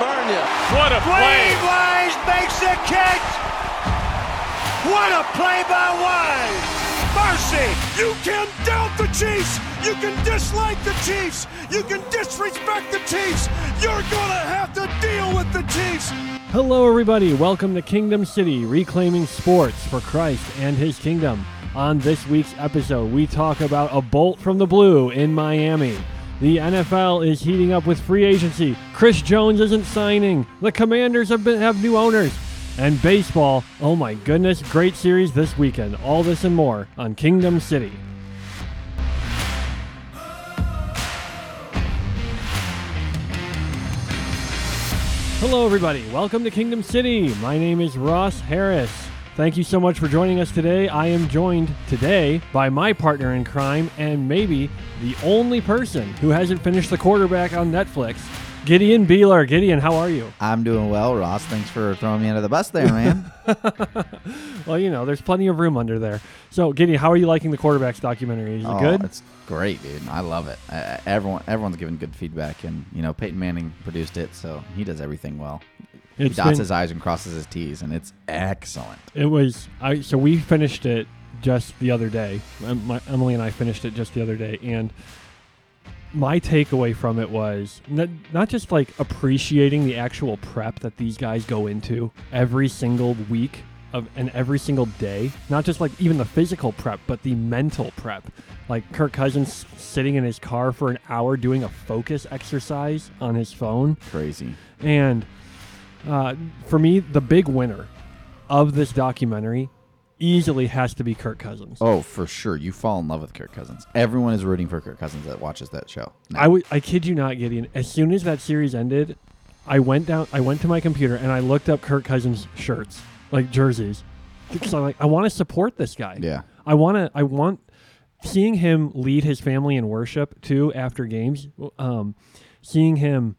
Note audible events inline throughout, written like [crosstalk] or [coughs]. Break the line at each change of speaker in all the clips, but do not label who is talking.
What a play.
Wise makes the catch. What a play by Wise. Mercy.
You can doubt the Chiefs. You can dislike the Chiefs. You can disrespect the Chiefs. You're going to have to deal with the Chiefs.
Hello, everybody. Welcome to Kingdom City, reclaiming sports for Christ and his kingdom. On this week's episode, we talk about a bolt from the blue in Miami. The NFL is heating up with free agency. Chris Jones isn't signing. The Commanders have, been, have new owners. And baseball, oh my goodness, great series this weekend. All this and more on Kingdom City. Hello, everybody. Welcome to Kingdom City. My name is Ross Harris. Thank you so much for joining us today. I am joined today by my partner in crime and maybe the only person who hasn't finished the quarterback on Netflix, Gideon Beeler. Gideon, how are you?
I'm doing well, Ross. Thanks for throwing me under the bus there,
[laughs]
man.
Well, you know, there's plenty of room under there. So, Gideon, how are you liking the quarterbacks documentary? Is it
oh,
good?
It's great, dude. I love it. Uh, everyone, everyone's giving good feedback, and you know, Peyton Manning produced it, so he does everything well. He
It's
dots
been-
his I's and crosses his T's, and it's excellent.
It was I. So we finished it just the other day. Um, My, Emily and I finished it just the other day, and my takeaway from it was not, not just like appreciating the actual prep that these guys go into every single week of and every single day. Not just like even the physical prep, but the mental prep. Like Kirk Cousins sitting in his car for an hour doing a focus exercise on his phone.
Crazy.
And uh, for me, the big winner of this documentary easily has to be Kirk Cousins.
Oh, for sure. You fall in love with Kirk Cousins. Everyone is rooting for Kirk Cousins that watches that show. Now,
I w- I kid you not, Gideon. As soon as that series ended, I went down. I went to my computer and I looked up Kirk Cousins shirts, like jerseys, because I'm like, I want to support this guy.
Yeah.
I want to. I want seeing him lead his family in worship too after games. Um, seeing him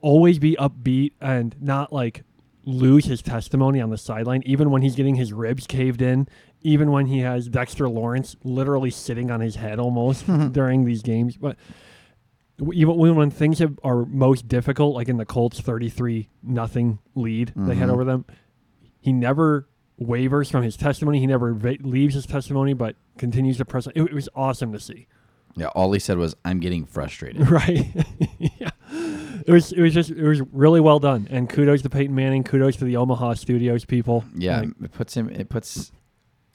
always be upbeat and not like lose his testimony on the sideline, even when he's getting his ribs caved in, even when he has Dexter Lawrence literally sitting on his head almost during these games. But w- even when, when things have, are most difficult, like in the Colts 33 nothing lead they had over them, he never wavers from his testimony. He never va- leaves his testimony, but continues to press. on. It, it was awesome to see. [laughs]
yeah, all he said was, "I'm getting frustrated."
Right. yeah. It was it was just it was really well done. And kudos to Peyton Manning, kudos to the Omaha Studios people.
Yeah,
Like,
it puts him. It puts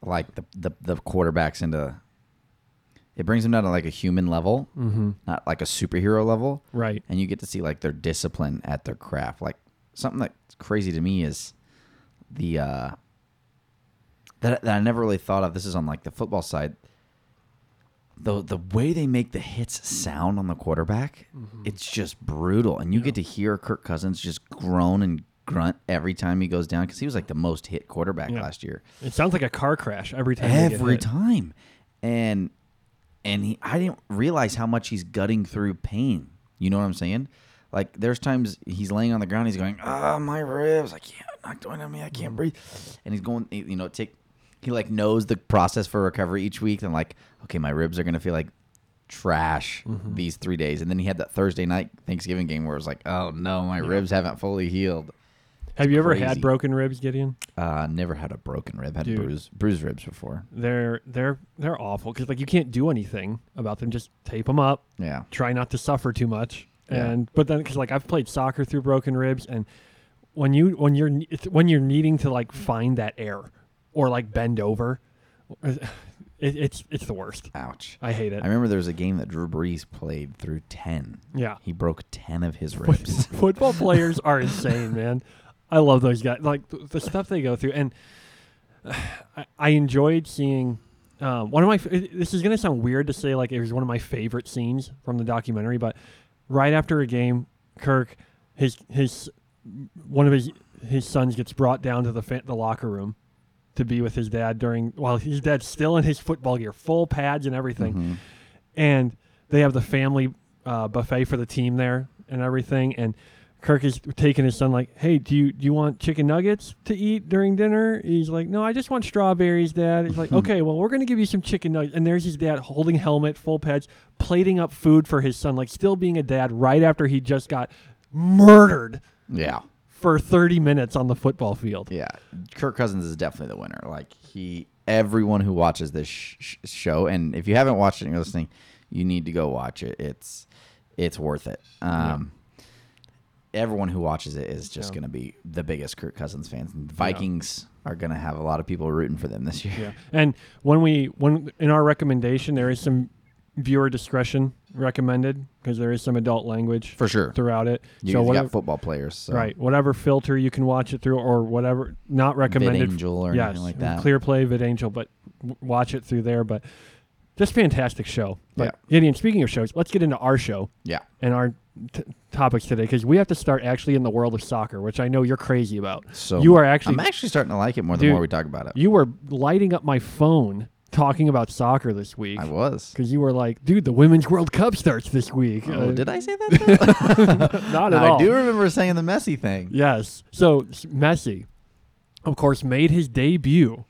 like the the, the quarterbacks into. It brings them down to like a human level, not like a superhero level.
right.
and you get to see like their discipline at their craft. Like something that's crazy to me is the uh that, that I never really thought of. This is on like the football side. The the way they make the hits sound on the quarterback, it's just brutal. And you get to hear Kirk Cousins just groan and grunt every time he goes down because he was like the most hit quarterback
Yeah.
last year
It sounds like a car crash every time. they get
every
hit.
time and and he i didn't realize how much he's gutting through pain you know what i'm saying like there's times he's laying on the ground he's going ah my ribs i can't not doing on me i can't breathe and he's going you know take he like knows the process for recovery each week and like okay my ribs are gonna feel like trash
Mm-hmm.
these three days and then he had that thursday night thanksgiving game where it was like oh no my ribs haven't fully healed
Have you ever
crazy.
had broken ribs, Gideon?
uh never had a broken rib had
Dude.
bruised bruised ribs before
They're they're they're awful cuz like you can't do anything about them. Just tape them up.
yeah
try not to suffer too much.
Yeah.
And but then because like I've played soccer through broken ribs, and when you when you're it's when you're needing to like find that air or like bend over, [sighs] it, it's it's the worst.
ouch
I hate it.
I remember there was a game that Drew Brees played through ten.
Yeah.
he broke ten of his
[laughs]
ribs.
Football players are insane, man. I love those guys. Like th- the stuff they go through, and [sighs] I, I enjoyed seeing um, one of my. f- This is gonna sound weird to say, like it was one of my favorite scenes from the documentary, but right after a game, Kirk, his his one of his his sons gets brought down to the fa- the locker room to be with his dad during while his dad's still in his football gear, full pads and everything and they have the family uh, buffet for the team there and everything. And Kirk is taking his son like, "Hey, do you do you want chicken nuggets to eat during dinner?" He's like, "No, I just want strawberries, Dad." He's like, "Okay, well, we're gonna give you some chicken nuggets." And there's his dad holding helmet, full pads, plating up food for his son, like still being a dad right after he just got murdered
Yeah.
for 30 minutes on the football field.
Yeah, Kirk Cousins is definitely the winner. Like he, everyone who watches this sh- sh- show, and if you haven't watched it and you're listening, you need to go watch it. It's it's worth it. Um, Everyone who watches it is just going to be the biggest Kirk Cousins fans. And Vikings are going to have a lot of people rooting for them this year.
Yeah. And when we when in our recommendation there is some viewer discretion recommended because there is some adult language
For sure.
throughout it.
[laughs] You
so
guys
whatever,
got football players, so.
right, whatever filter you can watch it through or whatever not recommended
VidAngel or
yes,
anything like that.
Clear Play VidAngel, but w- watch it through there but just fantastic show. But Gideon, speaking of shows, let's get into our show
Yeah,
and our t- topics today because we have to start actually in the world of soccer, which I know you're crazy about.
so
you are actually
I'm actually starting to like it more the
Dude,
more we talk about it.
you were lighting up my phone talking about soccer this week
I was.
because you were like, "Dude, the Women's World Cup starts this week." Uh,
Oh, did I say that?
[laughs] Not
though?
at all.
I do remember saying the messy thing.
Yes. So s- Messi, of course, made his debut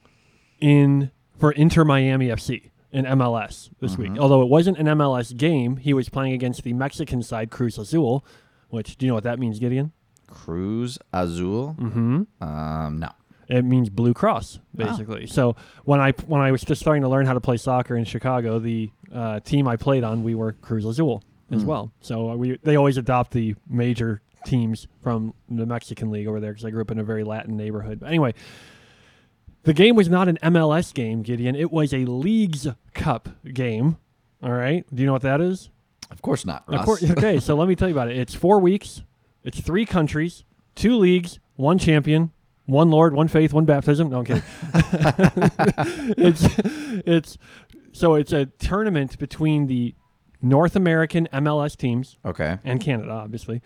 in for Inter Miami FC in MLS this
Mm-hmm.
week. Although it wasn't an MLS game, he was playing against the Mexican side Cruz Azul. Which do you know what that means, Gideon?
Cruz Azul.
Mm-hmm.
Um, no.
It means Blue Cross, basically. So when I when I was just starting to learn how to play soccer in Chicago, the uh, team I played on, we were Cruz Azul as well. So uh, we they always adopt the major teams from the Mexican league over there because I grew up in a very Latin neighborhood. But anyway, the game was not an MLS game, Gideon. It was a Leagues Cup game. All right, do you know what that is?
Of course not.
Of
Russ.
course- okay, so let me tell you about it. It's four weeks. It's three countries, two leagues, one champion, one Lord, one faith, one baptism. No, I'm kidding. [laughs] it's it's so it's a tournament between the North American MLS teams
Okay.
and Canada, obviously,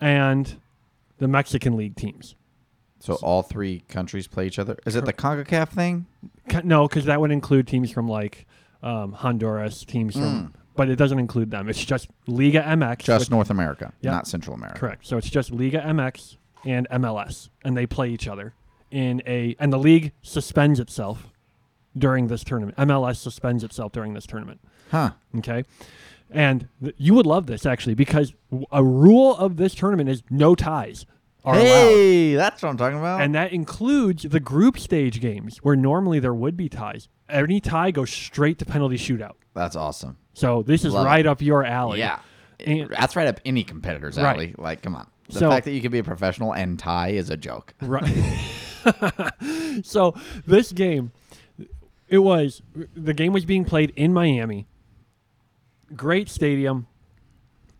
and the Mexican League teams.
So all three countries play each other. Is it the CONCACAF thing?
Ca- No, because that would include teams from like um, Honduras, teams from, but it doesn't include them. It's just Liga MX,
Just
which-
North America,
Yeah.
not Central America.
Correct. So it's just Liga MX and MLS, and they play each other in a and the league suspends itself during this tournament. MLS suspends itself during this tournament.
Huh.
Okay, and th- you would love this actually because w- a rule of this tournament is no ties are allowed.
Hey, that's what I'm talking about.
And that includes the group stage games where normally there would be ties. Any tie goes straight to penalty shootout.
that's awesome.
So this is
Love it.
right up your alley.
yeah.
Oh, and-
that's right up any competitor's
Right.
alley. Like, come on. The
So-
fact that you can be a professional and tie is a joke.
Right. [laughs] so this game, it was the game was being played in Miami. Great stadium.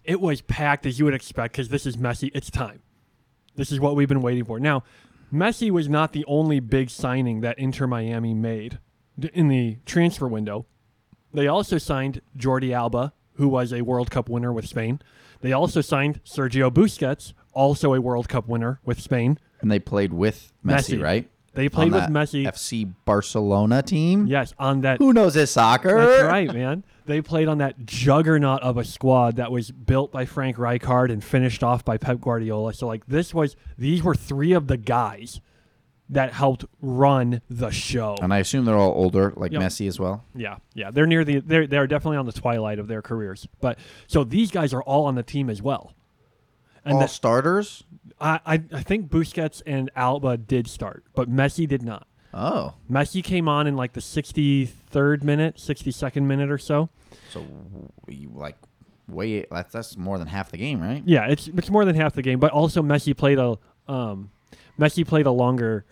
It was packed as you would expect because this is Messi. It's time. This is what we've been waiting for. Now, Messi was not the only big signing that Inter Miami made d- in the transfer window. They also signed Jordi Alba, who was a World Cup winner with Spain. They also signed Sergio Busquets, also a World Cup winner with Spain.
And they played with Messi,
Messi.
right?
They
On
played with
that
Messi.
FC Barcelona team.
Yes, on that.
Who knows his soccer?
That's right, man. They played on that juggernaut of a squad that was built by Frank Rijkaard and finished off by Pep Guardiola. So like this was these were three of the guys that helped run the show.
And I assume they're all older, like
Yep.
Messi as well.
Yeah, yeah, they're near the they're they're definitely on the twilight of their careers. But so these guys are all on the team as well. And
all
the-
starters?
I, I I think Busquets and Alba did start, but Messi did not.
Oh.
Messi came on in like the 63rd minute, 62nd minute or so.
So, you, like, way that's, that's more than half the game, right?
Yeah, it's it's more than half the game, but also Messi played a um, Messi played a longer.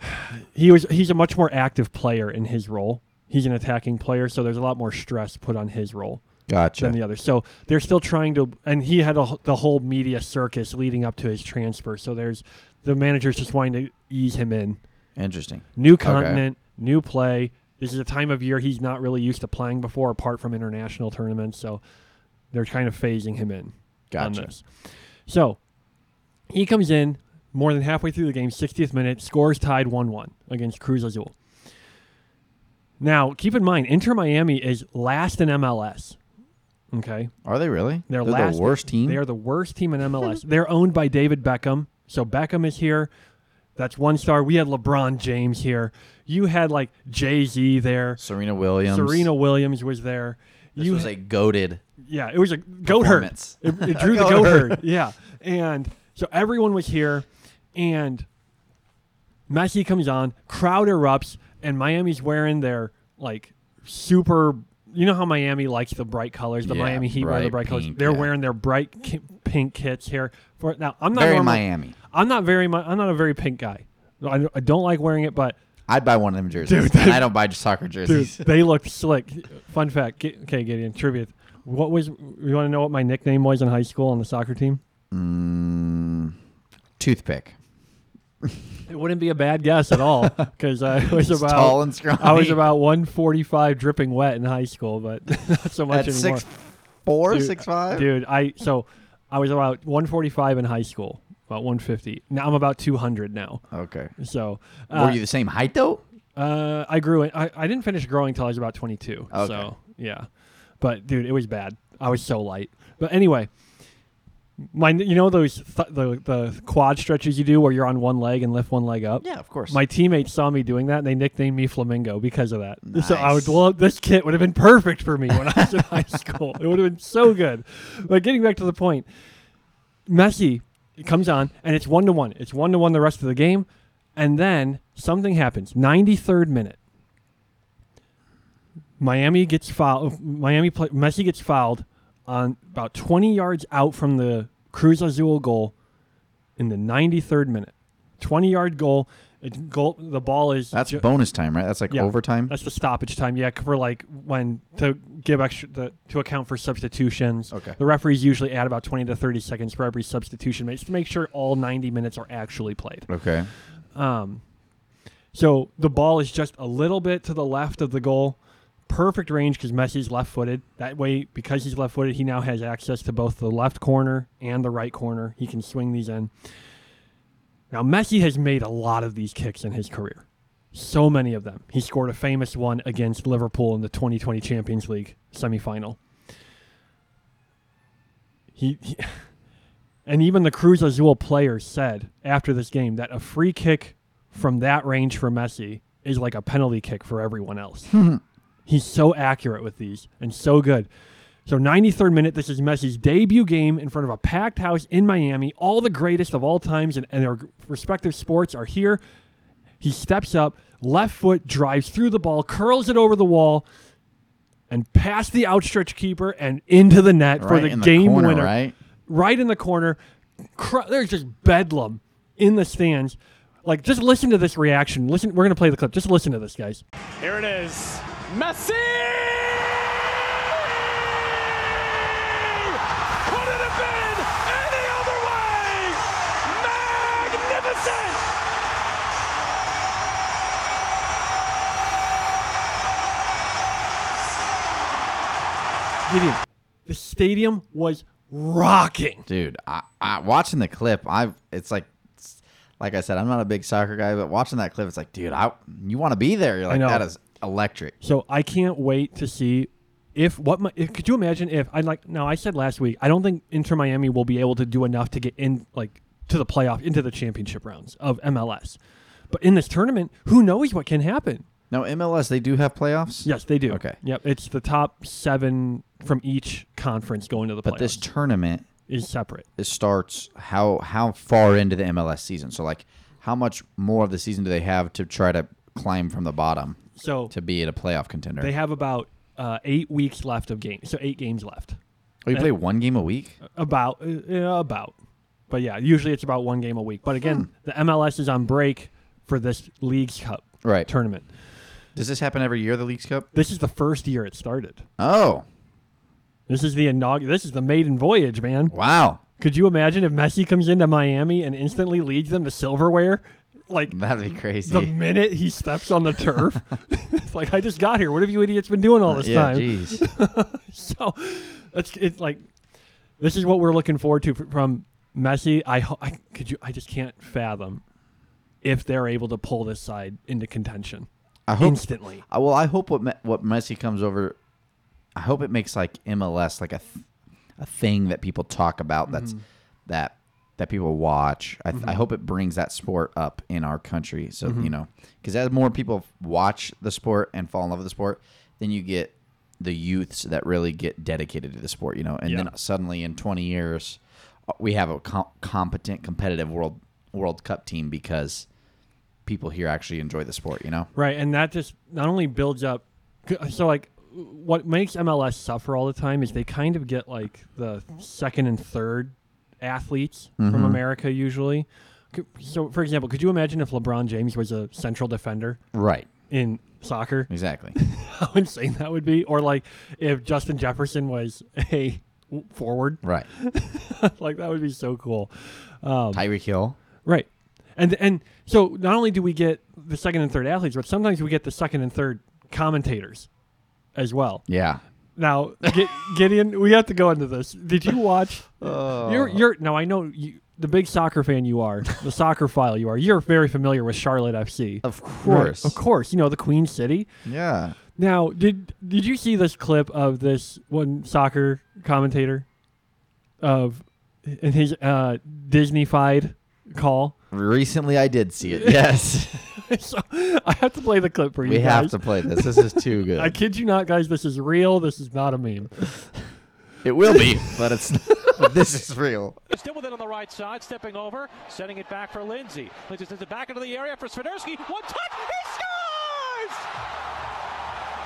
[sighs] He was he's a much more active player in his role. He's an attacking player, so there's a lot more stress put on his role
Gotcha.
than the other. So they're still trying to, and he had a, wh- the whole media circus leading up to his transfer. So there's the manager's just wanting to ease him in.
Interesting.
New continent, new play. This is a time of year he's not really used to playing before, apart from international tournaments. So they're kind of phasing him in
Gotcha.
on this. So he comes in more than halfway through the game, 60th minute, scores tied 1 1 against Cruz Azul. Now, keep in mind, Inter Miami is last in MLS. Okay.
Are they really?
They're,
the
last.
worst team.
They are the worst team in MLS. [laughs] They're owned by David Beckham. So Beckham is here. That's one star. We had LeBron James here. You had like Jay Z there.
Serena Williams.
Serena Williams was there.
This
you
was a goated.
yeah, it was a goat
[laughs]
herd.
Performance.
It, it drew the goat herd. Yeah, and So everyone was here, and Messi comes on, crowd erupts, and Miami's wearing their like super. You know how Miami likes the bright colors. The
Yeah,
Miami Heat wear the
bright
bright colors.
pink,
They're
yeah.
wearing their bright ki- pink kits here. For now, I'm not
Very
normally-
Miami.
I'm not very. Mi- I'm not a very pink guy. I, I don't like wearing it, but
I'd buy one of them jerseys.
Dude,
and I don't buy soccer
Dude,
jerseys.
they [laughs] looked slick. Fun fact. Gi- okay, Gideon, trivia. What was? You want to know what my nickname was in high school on the soccer team?
Mm, toothpick.
It wouldn't be a bad guess at [laughs] all because I was
It's
about
tall and strong.
I was about 145 dripping wet in high school, but [laughs] not so much
at
anymore.
six four,
Dude,
six five.
Dude, I so I was about 145 in high school, about 150. Now I'm about 200 now.
Okay.
So
Were
uh,
you the same height though?
Uh, I grew it. I, I didn't finish growing till I was about 22.
Okay.
So yeah, but dude, it was bad. I was so light. But anyway, my you know those th- the the quad stretches you do where you're on one leg and lift one leg up.
Yeah, of course.
My teammates saw me doing that and they nicknamed me Flamingo because of that. So I would
Nice.
love this kit would have been perfect for me when I was in [laughs] high school. It would have been so good. But getting back to the point, Messi comes on and it's one to one. It's one to one the rest of the game. And then something happens. 93rd minute. Miami gets fouled. Miami play, Messi gets fouled on about 20 yards out from the Cruz Azul goal in the 93rd minute. 20 yard goal. It's goal. The ball is
That's
ju-
bonus time, right? That's like
Yeah.
overtime.
that's the stoppage time. Yeah, for like when to give extra the, to account for substitutions.
Okay.
The referees usually add about 20 to 30 seconds for every substitution made to make sure all 90 minutes are actually played.
okay.
Um, so the ball is just a little bit to the left of the goal. Perfect range because Messi's left footed. That way, because he's left footed, he now has access to both the left corner and the right corner. He can swing these in. Now, Messi has made a lot of these kicks in his career. So many of them. He scored a famous one against Liverpool in the 2020 Champions League semifinal. He, he and even the Cruz Azul players said after this game that a free kick from that range for Messi is like a penalty kick for
[laughs]
everyone else.
Hmm.
He's so accurate with these and so good. So 93rd minute, this is Messi's debut game in front of a packed house in Miami. All the greatest of all times and, and their respective sports are here. He steps up, left foot drives through the ball, curls it over the wall, and past the outstretched keeper and into the net for
right
the
in
game
the corner,
winner
right?
right in the corner. Cr- there's just bedlam in the stands. Like, just listen to this reaction. Listen, we're gonna play the clip. Just listen to this, guys.
Here it is.
Messi! Could it have been any other way? Magnificent!
Gideon, the stadium was rocking.
Dude, I, I watching the clip, I it's like it's- like I said, I'm not a big soccer guy, but watching that clip, it's like, dude, I you want to be there. You're like,
know.
that is electric.
So I can't wait to see if what my, if, could you imagine if I like now I said last week I don't think Inter Miami will be able to do enough to get in like to the playoff into the championship rounds of MLS. But in this tournament, who knows what can happen?
No, MLS, they do have playoffs.
Yes, they do.
Okay.
Yep, it's the top seven from each conference going to the playoffs.
But this tournament
is separate.
it starts how how far into the MLS season? So like how much more of the season do they have to try to climb from the bottom
So
to be at a playoff contender?
they have about uh, eight weeks left of games. So eight games left.
oh, you play one game a week?
About uh, yeah, about, but yeah, usually it's about one game a week. But
Hmm.
again, the MLS is on break for this League's Cup
Right.
tournament.
Does this happen every year, the League's Cup?
This is the first year it started.
Oh,
This is the inaug- This is the maiden voyage, man.
wow.
Could you imagine if Messi comes into Miami and instantly leads them to silverware? Like
That'd be crazy.
the [laughs] minute he steps on the turf, [laughs] it's like I just got here. What have you idiots been doing all this
yeah,
time?
jeez.
[laughs] So it's it's like this is what we're looking forward to fr- from Messi. I, ho- I could you I just can't fathom if they're able to pull this side into contention
I hope.
instantly.
I- Well, I hope what Me- what Messi comes over. I hope it makes like MLS like a th- a thing that people talk about. That's that that people watch. I, th- I hope it brings that sport up in our country. So you know, because as more people watch the sport and fall in love with the sport, then you get the youths that really get dedicated to the sport. You know, and
Yeah.
then suddenly in twenty years. uh, we have a com- competent, competitive world World Cup team because people here actually enjoy the sport. You know,
Right, and that just not only builds up. uh, So like, what makes MLS suffer all the time is they kind of get like the second and third athletes
Mm-hmm.
from America usually. C- So, for example, could you imagine if LeBron James was a central defender
right?
in soccer?
Exactly.
[laughs] How insane that would be! Or like if Justin Jefferson was a w- forward, [laughs]
right.
like that would be so cool. Um,
Tyreek Hill.
Right. And and so not only do we get the second and third athletes, but sometimes we get the second and third commentators as well.
Yeah.
Now,
[laughs]
Gi- Gideon, we have to go into this. Did you watch?
Uh.
You're you're now I know you the big soccer fan you are,
[laughs]
the soccer file you are. You're very familiar with Charlotte FC.
Of
Right,
course.
Of course, you know the Queen City.
Yeah.
Now, did did you see this clip of this one soccer commentator of in his uh Disneyfied call? [laughs]
Recently, I did see it. Yes.
so I have to play the clip for you.
we have
guys.
to play this. This is
[laughs]
too
I
good.
kid you not, guys. This is real. This is not a meme. [laughs]
It will be, but it's. but this is real.
Still with it on the right side, stepping over, setting it back for Lindsay. Lindsay sends it back into the area for Svidersky. One touch, he scores!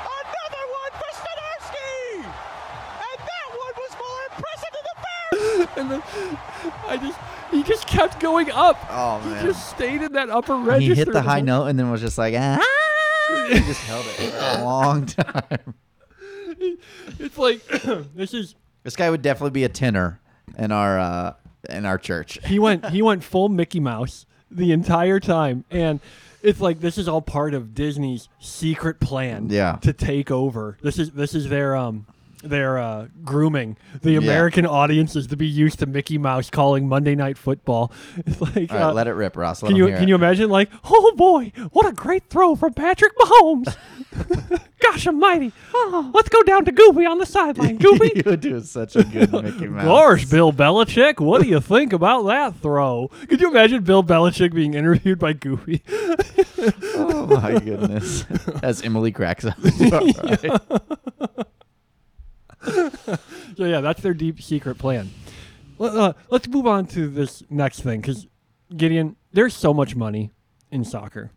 Another one for Svidersky! And that one was more impressive than the first!
And then I just he just kept going up.
Oh,
he
man.
just stayed in that upper
He
register.
hit the high
whole-
note and then was just like, ah. [laughs] He just held it for a [laughs] long time.
It's like [coughs] this is
This guy would definitely be a tenor in our uh, in our church.
he went he went full Mickey Mouse the entire time, and it's like this is all part of Disney's secret plan.
Yeah.
to take over. This is this is their um their uh, grooming the American audiences to be used to Mickey Mouse calling Monday Night Football. [laughs] It's like
All right,
uh,
let it rip, Ross. Let
Can
him
you
hear
can
it.
[laughs] you imagine like oh boy what a great throw from Patrick Mahomes? [laughs] Gosh Almighty! Let's go down to Gooby on
[laughs]
the sideline. Gooby,
you do such a
[laughs]
good Mickey Mouse.
Gosh, Bill Belichick, what do you think about that throw? Could you imagine Bill Belichick being interviewed by Goofy? [laughs]
Oh my goodness. As Emily cracks
[laughs]
up. Alright.
so yeah, that's their deep secret plan. Let, uh, let's move on to this next thing because Gideon, there's so much money in soccer.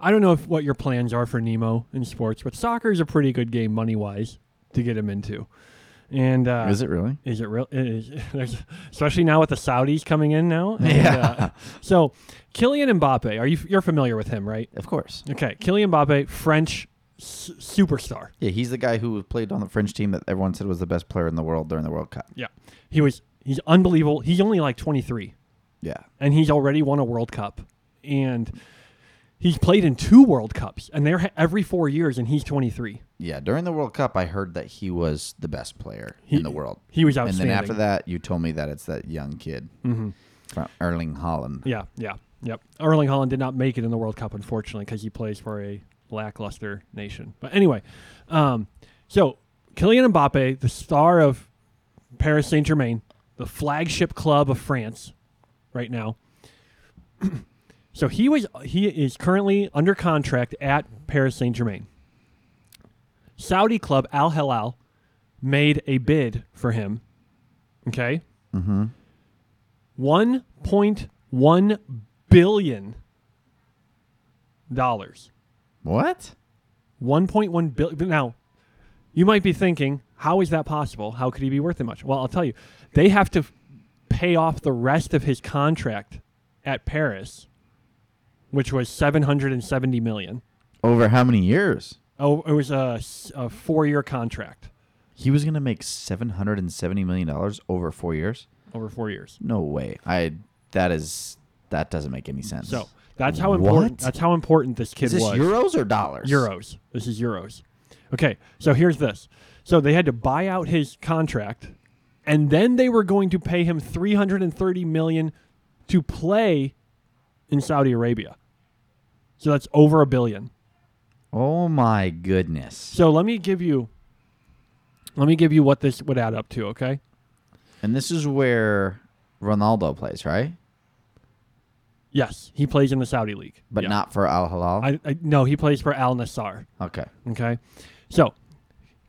I don't know if what your plans are for Nemo in sports, but soccer is a pretty good game money wise to get him into. And uh,
[laughs] Is it really?
Is it real? It is, [laughs] there's, especially now with the Saudis coming in now. And,
Yeah.
uh, so, Kylian Mbappe, are you you're familiar with him, right?
Of course.
Okay, Kylian Mbappe, French s- superstar.
Yeah, he's the guy who played on the French team that everyone said was the best player in the world during the World Cup.
Yeah, he was. He's unbelievable. He's only like 23,
Yeah.
and he's already won a World Cup, and he's played in two World Cups, and they're ha- every four years, and he's 23.
Yeah, during the World Cup, I heard that he was the best player in the world.
he was
And then after
outstanding. Mm-hmm.
that, you told me that it's that young kid from Erling Holland.
Yeah, yeah, yep. Erling Holland did not make it in the World Cup, unfortunately, because he plays for a lackluster nation. But anyway, um, so Kylian Mbappe, the star of Paris Saint Germain, the flagship club of France, right now. [clears throat] so he was he is currently under contract at Paris Saint Germain. Saudi club Al Hilal made a bid for him. Okay. 1.1 billion dollars.
What?
1.1 billion. Now, you might be thinking, how is that possible? How could he be worth that much? Well, I'll tell you. They have to f- pay off the rest of his contract at Paris, which was 770 million.
Over how many years?
Oh, it was a, s- a four-year contract
He was going to make $770 million over four years?
over four years.
No way. I That is, that doesn't make any sense.
So that's how important.
What?
That's how important this kid
is this
was.
euros or dollars?
Euros. This is euros. Okay, so here's this. So they had to buy out his contract, and then they were going to pay him 330 million to play in Saudi Arabia. So that's over a billion.
Oh my goodness.
So let me give you. Let me give you what this would add up to. Okay.
And this is where Ronaldo plays, right?
Yes, he plays in the Saudi league,
But
Yeah.
not for Al Hilal.
I, I no, he plays for Al Nassr.
okay.
Okay. So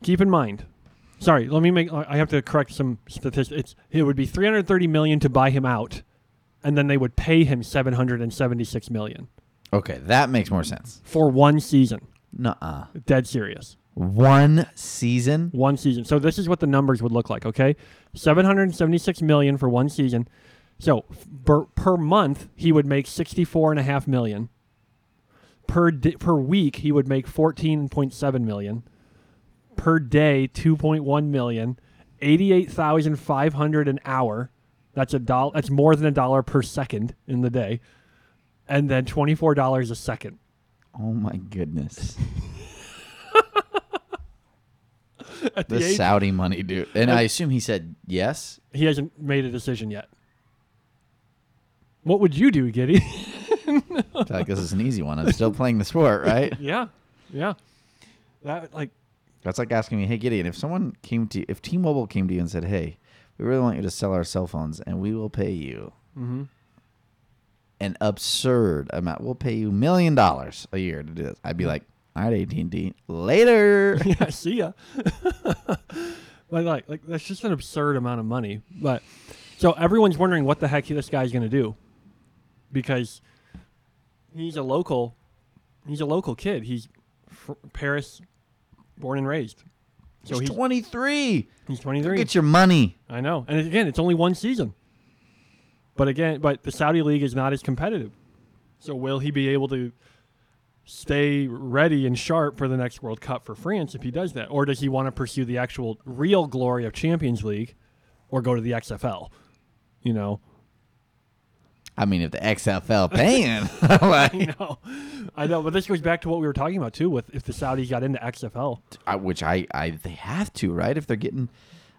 keep in mind, Sorry, let me make. I have to correct some statistics. It's, it would be 330 million to buy him out, and then they would pay him 776 million
Okay, that makes more sense.
for one season.
Nuh-uh.
Dead serious.
One season.
One season. So this is what the numbers would look like. Okay, 776 million for one season. So f- per, per month he would make 64 and a half million. Per di- per week he would make 14.7 million. Per day 2.1 million. 88,500 an hour. That's a dollar. That's more than a dollar per second in the day, and then twenty-four dollars a second.
Oh my
[laughs]
goodness. the
the age-
Saudi money, dude. And I assume he said yes.
He hasn't made a decision yet. What would you do, [laughs] Giddy?
Like this is an easy one. I'm
[laughs]
still playing the sport, right?
yeah, yeah. That like [laughs]
That's like asking me, "Hey Gideon, if someone came to if T-Mobile came to you and said, "Hey, we really want you to sell our cell phones and we will pay you
Mm-hmm.
an absurd amount. We'll pay you million dollars a year to do this." I'd be like, "All right, AT&T,
[laughs]
later."
yeah, see ya. like, like, like that's just an absurd amount of money. But so everyone's wondering what the heck this guy's going to do because he's a local, he's a local kid. He's fr- Paris, born and raised. So
he's
he's
23.
he's 23.
Get your money.
I know, and again, it's only one season. But again, but the Saudi league is not as competitive. So will he be able to stay ready and sharp for the next World Cup for France if he does that, or does he want to pursue the actual real glory of Champions League, or go to the XFL? You know,
I mean, if the XFL
[laughs]
paying, [laughs] like,
no, [laughs] I know, but this goes back to what we were talking about too. With if the Saudis got into XFL,
I, which I, I they have to, right? If they're getting,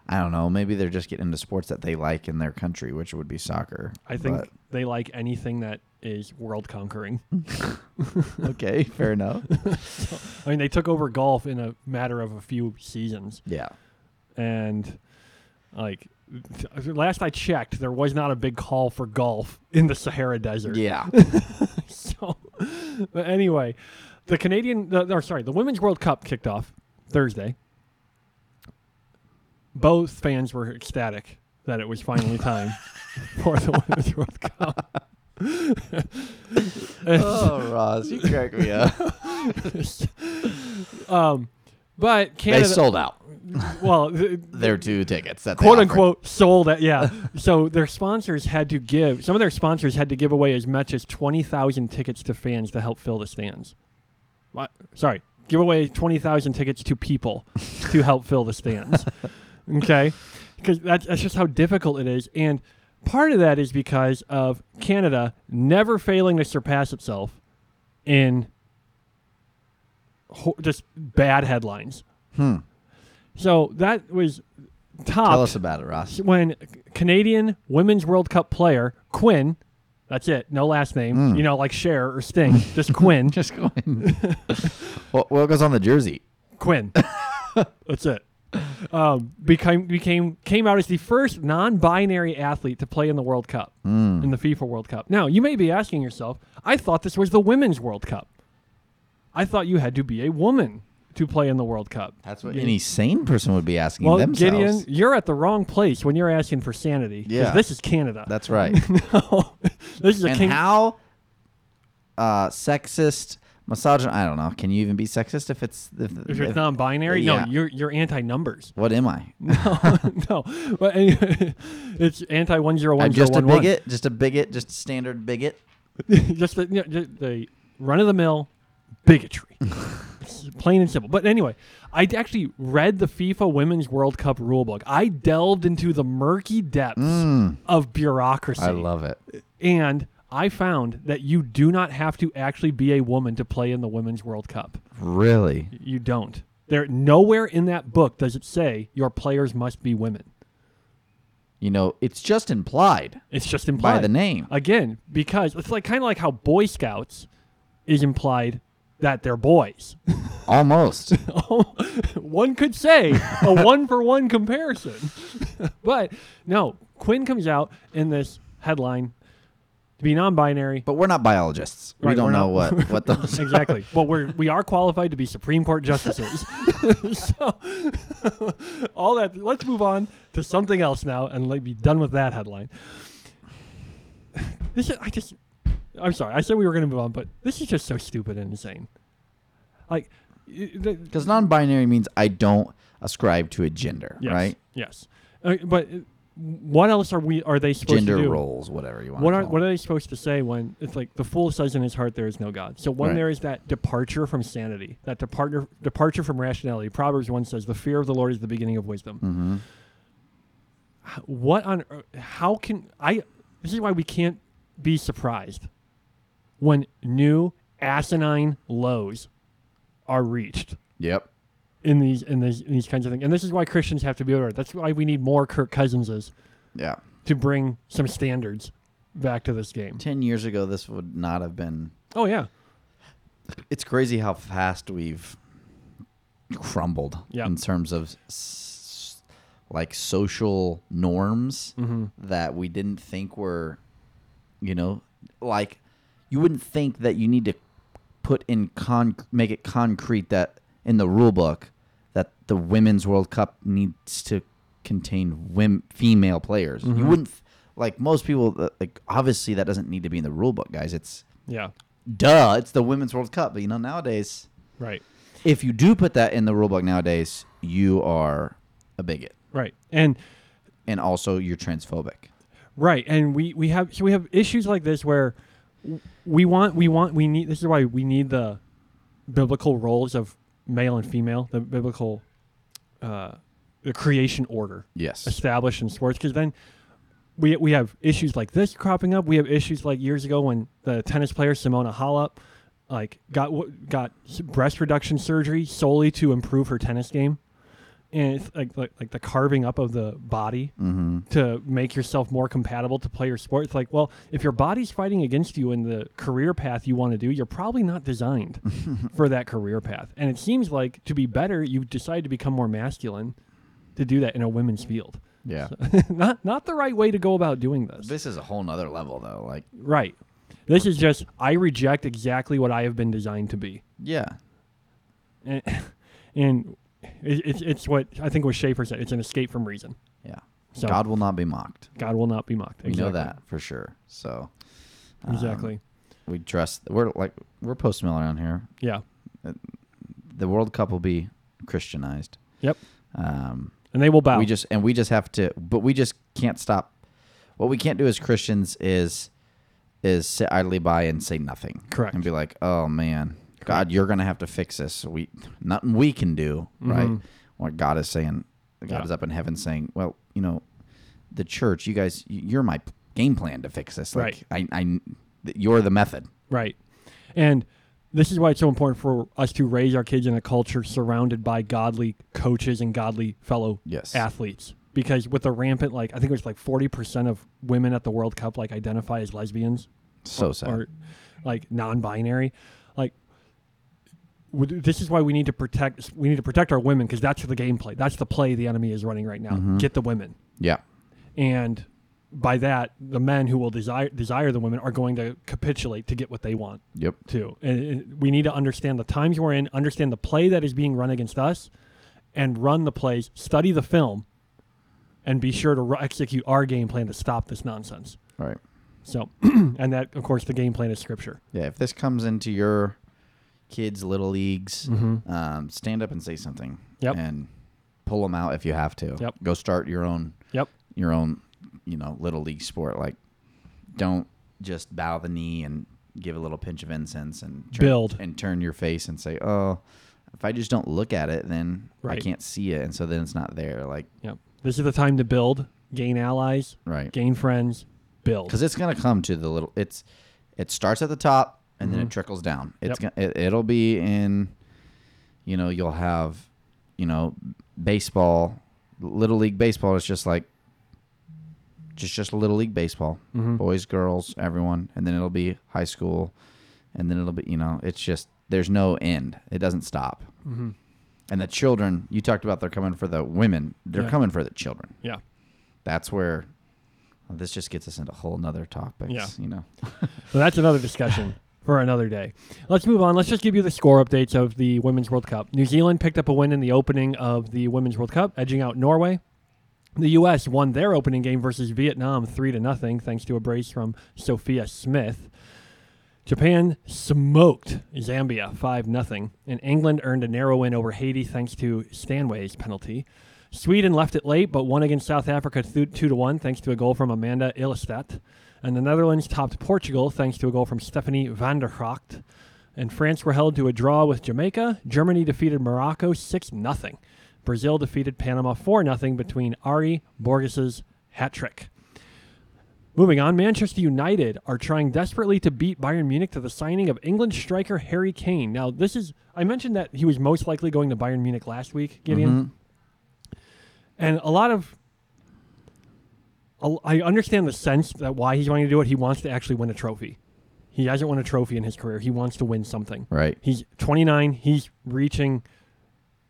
I don't know, maybe they're just getting into sports that they like in their country, which would be soccer.
I think
But,
they like anything that is world conquering. [laughs]
okay, fair enough.
I mean, they took over golf in a matter of a few seasons.
Yeah.
and like th- last I checked, there was not a big call for golf in the Sahara Desert.
Yeah.
[laughs] So, but anyway, the Canadian, the, or sorry, the Women's World Cup kicked off Thursday. Both fans were ecstatic that it was
[laughs]
finally time for the Women's World Cup. [laughs]
oh, Ross, you crack me up.
[laughs] um, but
They
Canada,
sold out
well, th-
their two tickets. That they
quote
offered.
unquote sold at yeah [laughs] so their sponsors had to give some of their sponsors had to give away as much as 20,000 tickets to fans to help fill the stands what? sorry give away 20,000 tickets to people
[laughs]
to help fill the stands okay because that's, that's just how difficult it is and part of that is because of canada never failing to surpass itself in ho- just bad headlines so that was top
Hmm. Tell us about it, Ross.
when Canadian Women's World Cup player Quinn, that's it, no last name, you know, like Cher or Sting, just Quinn,
Hmm. [laughs] Just going. what, what goes on the jersey?
Quinn. that's it. Um, became became came out as the first non-binary athlete to play in the World Cup
Hmm.
in the FIFA World Cup. Now you may be asking yourself, I thought this was the Women's World Cup. I thought you had to be a woman to play in the World Cup.
That's what any sane person would be asking
well,
themselves.
Gideon, you're at the wrong place when you're asking for sanity. 'cause
Yeah.
this is Canada.
That's right.
[laughs] this is a
and
king-
how uh, sexist, misogyn I don't know. Can you even be sexist if it's if,
If you're
if-
non-binary,
yeah.
no, you're you're anti-numbers. [laughs]
What am I?
no, but anyway, [laughs] it's anti one zero one
I'm
zero
just a
one one.
bigot. Just a bigot. Just a standard bigot.
[laughs] Just the, you know, ju- the run of the mill
[laughs]
bigotry, It's plain and simple. But anyway, I d- actually read the FIFA Women's World Cup rulebook. I delved into the murky depths of bureaucracy.
Mm. I love it.
and I found that you do not have to actually be a woman to play in the Women's World Cup.
Really?
You don't. There nowhere in that book does it say your players must be women.
You know, it's just implied.
It's just implied
the name.
again because it's like kind of like how Boy Scouts is implied that they're boys. [laughs]
Almost.
one could say a
[laughs]
one for one comparison, but no. Quinn comes out in this headline. to be non-binary.
But we're not biologists. we
Right,
don't
we're
know
not-
what what [laughs] those.
[laughs] exactly. Well, we're we are qualified to be Supreme Court justices. [laughs] so [laughs] all that. Let's move on to something else now, and let me be done with that headline. This is, I just. I'm sorry. I said we were going to move on, but this is just so stupid and insane. Like, y- the,
Because non-binary means I don't ascribe to a gender,
yes,
right?
Yes. Uh, but uh, what else are we? Are they supposed
Gender
to do?
roles, whatever you want.
What
to
are
call
what
them.
are they supposed to say when it's like the fool says in his heart there is no God? So when
Right.
there is that departure from sanity, that departure departure from rationality, Proverbs one says the fear of the Lord is the beginning of wisdom. H- What on ear- how can I? This is why we can't be surprised when new asinine lows are reached
Yep.
in these in these in these kinds of things, and this is why Christians have to be aware. That's why we need more Kirk Cousinses
Yeah.
to bring some standards back to this game.
Ten years ago, this would not have been.
Oh yeah.
It's crazy how fast we've crumbled
Yeah.
in terms of s- like social norms that we didn't think were, you know, like you wouldn't think that you need to put in con make it concrete that in the rule book that the women's World Cup needs to contain women female players. You wouldn't like most people uh, like obviously that doesn't need to be in the rule book, guys. It's
Yeah.
duh, it's the women's World Cup, but you know nowadays
Right.
if you do put that in the rule book nowadays, you are a bigot
Right. And
and also you're transphobic.
right. And we we have so we have issues like this where w- we want we want we need this is why we need the biblical roles of male and female, the biblical uh the creation order
Yes.
established in sports because then we we have issues like this cropping up. We have issues like years ago when the tennis player Simona Halep like got w- got s- breast reduction surgery solely to improve her tennis game, and it's like like, like the carving up of the body to make yourself more compatible to play your sport. It's like well, if your body's fighting against you in the career path you want to do, you're probably not
[laughs]
designed for that career path. And it seems like to be better, you decide to become more masculine to do that in a women's field.
[laughs]
[laughs]
Yeah.
not not the right way to go about doing
[laughs]
this.
This is a whole nother level though. Like
Right. This is just I reject exactly what I have been designed to be,
yeah.
and, and it, it's it's what I think what Schaefer said. It's an escape from reason.
Yeah.
So-
God will not be mocked.
God will not be mocked.
We know Um,
Exactly.
that for sure. So
exactly.
we trust we're like we're post mill around here.
yeah.
The World Cup will be Christianized.
Yep.
Um
And they will bow.
we just and we just have to but we just can't stop what we can't do as Christians is is sit idly by and say nothing.
Correct.
And be like, "Oh man, God, you're going to have to fix this. We nothing we can do, right?" What God is saying, God
Mm-hmm. Yeah.
is up in heaven saying, "Well, you know, the church, you guys, y- you're my p- game plan to fix this. Like I I th- you're the method."
Right. And this is why it's so important for us to raise our kids in a culture surrounded by godly coaches and godly fellow
Yes.
athletes. Because with the rampant, like I think it was like forty percent of women at the World Cup like identify as lesbians
So sad.
or like non-binary, like would- this is why we need to protect we need to protect our women because that's the gameplay that's the play the enemy is running right now. Get the women
yeah.
and by that the men who will desire desire the women are going to capitulate to get what they want
Yep.
too and, and we need to understand the times we're in understand the play that is being run against us and run the plays study the film and be sure to ru- execute our game plan to stop this nonsense
Right.
so [clears throat] and that of course the game plan is scripture
Yeah, if this comes into your kids' little leagues, um, stand up and say something.
Mm-hmm. Yep.
And pull them out if you have to.
Yep.
Go start your own
yep
your own you know little league sport. Like, don't just bow the knee and give a little pinch of incense and turn,
Build.
and turn your face and say, oh, if I just don't look at it, then I
Right.
can't see it, and so then it's not there. Like,
yep this is the time to build gain allies
Right.
gain friends build
because it's gonna come to the little. It's it starts at the top and then it trickles down. It's
Yep.
gonna, it, it'll be in, you know, you'll have, you know, baseball, little league baseball is just like, just just little league baseball, boys, girls, everyone, and then it'll be high school, and then it'll be you know, it's just there's no end. It doesn't stop. And the children, you talked about they're coming for the women. They're
Yeah.
coming for the children
yeah
that's where This just gets us into whole nother topics.
Yeah.
You know.
So that's another discussion for another day. Let's move on. Let's just give you the score updates of the Women's World Cup. New Zealand picked up a win in the opening of the Women's World Cup, edging out Norway. The U.S. won their opening game versus Vietnam three to nothing, thanks to a brace from Sophia Smith. Japan smoked Zambia five nothing, and England earned a narrow win over Haiti thanks to Stanway's penalty. Sweden left it late, but won against South Africa th- two to one, thanks to a goal from Amanda Ilestedt. And the Netherlands topped Portugal thanks to a goal from Stephanie van der Gracht. And France were held to a draw with Jamaica. Germany defeated Morocco six 0 Brazil defeated Panama four 0 between Ari Borges' hat trick. Moving on, Manchester United are trying desperately to beat Bayern Munich to the signing of England striker Harry Kane. Now, this is I mentioned that he was most likely going to Bayern Munich last week, Gideon. And a lot of a- I understand the sense that why he's wanting to do it. He wants to actually win a trophy. He hasn't won a trophy in his career. He wants to win something.
Right.
He's 29. He's reaching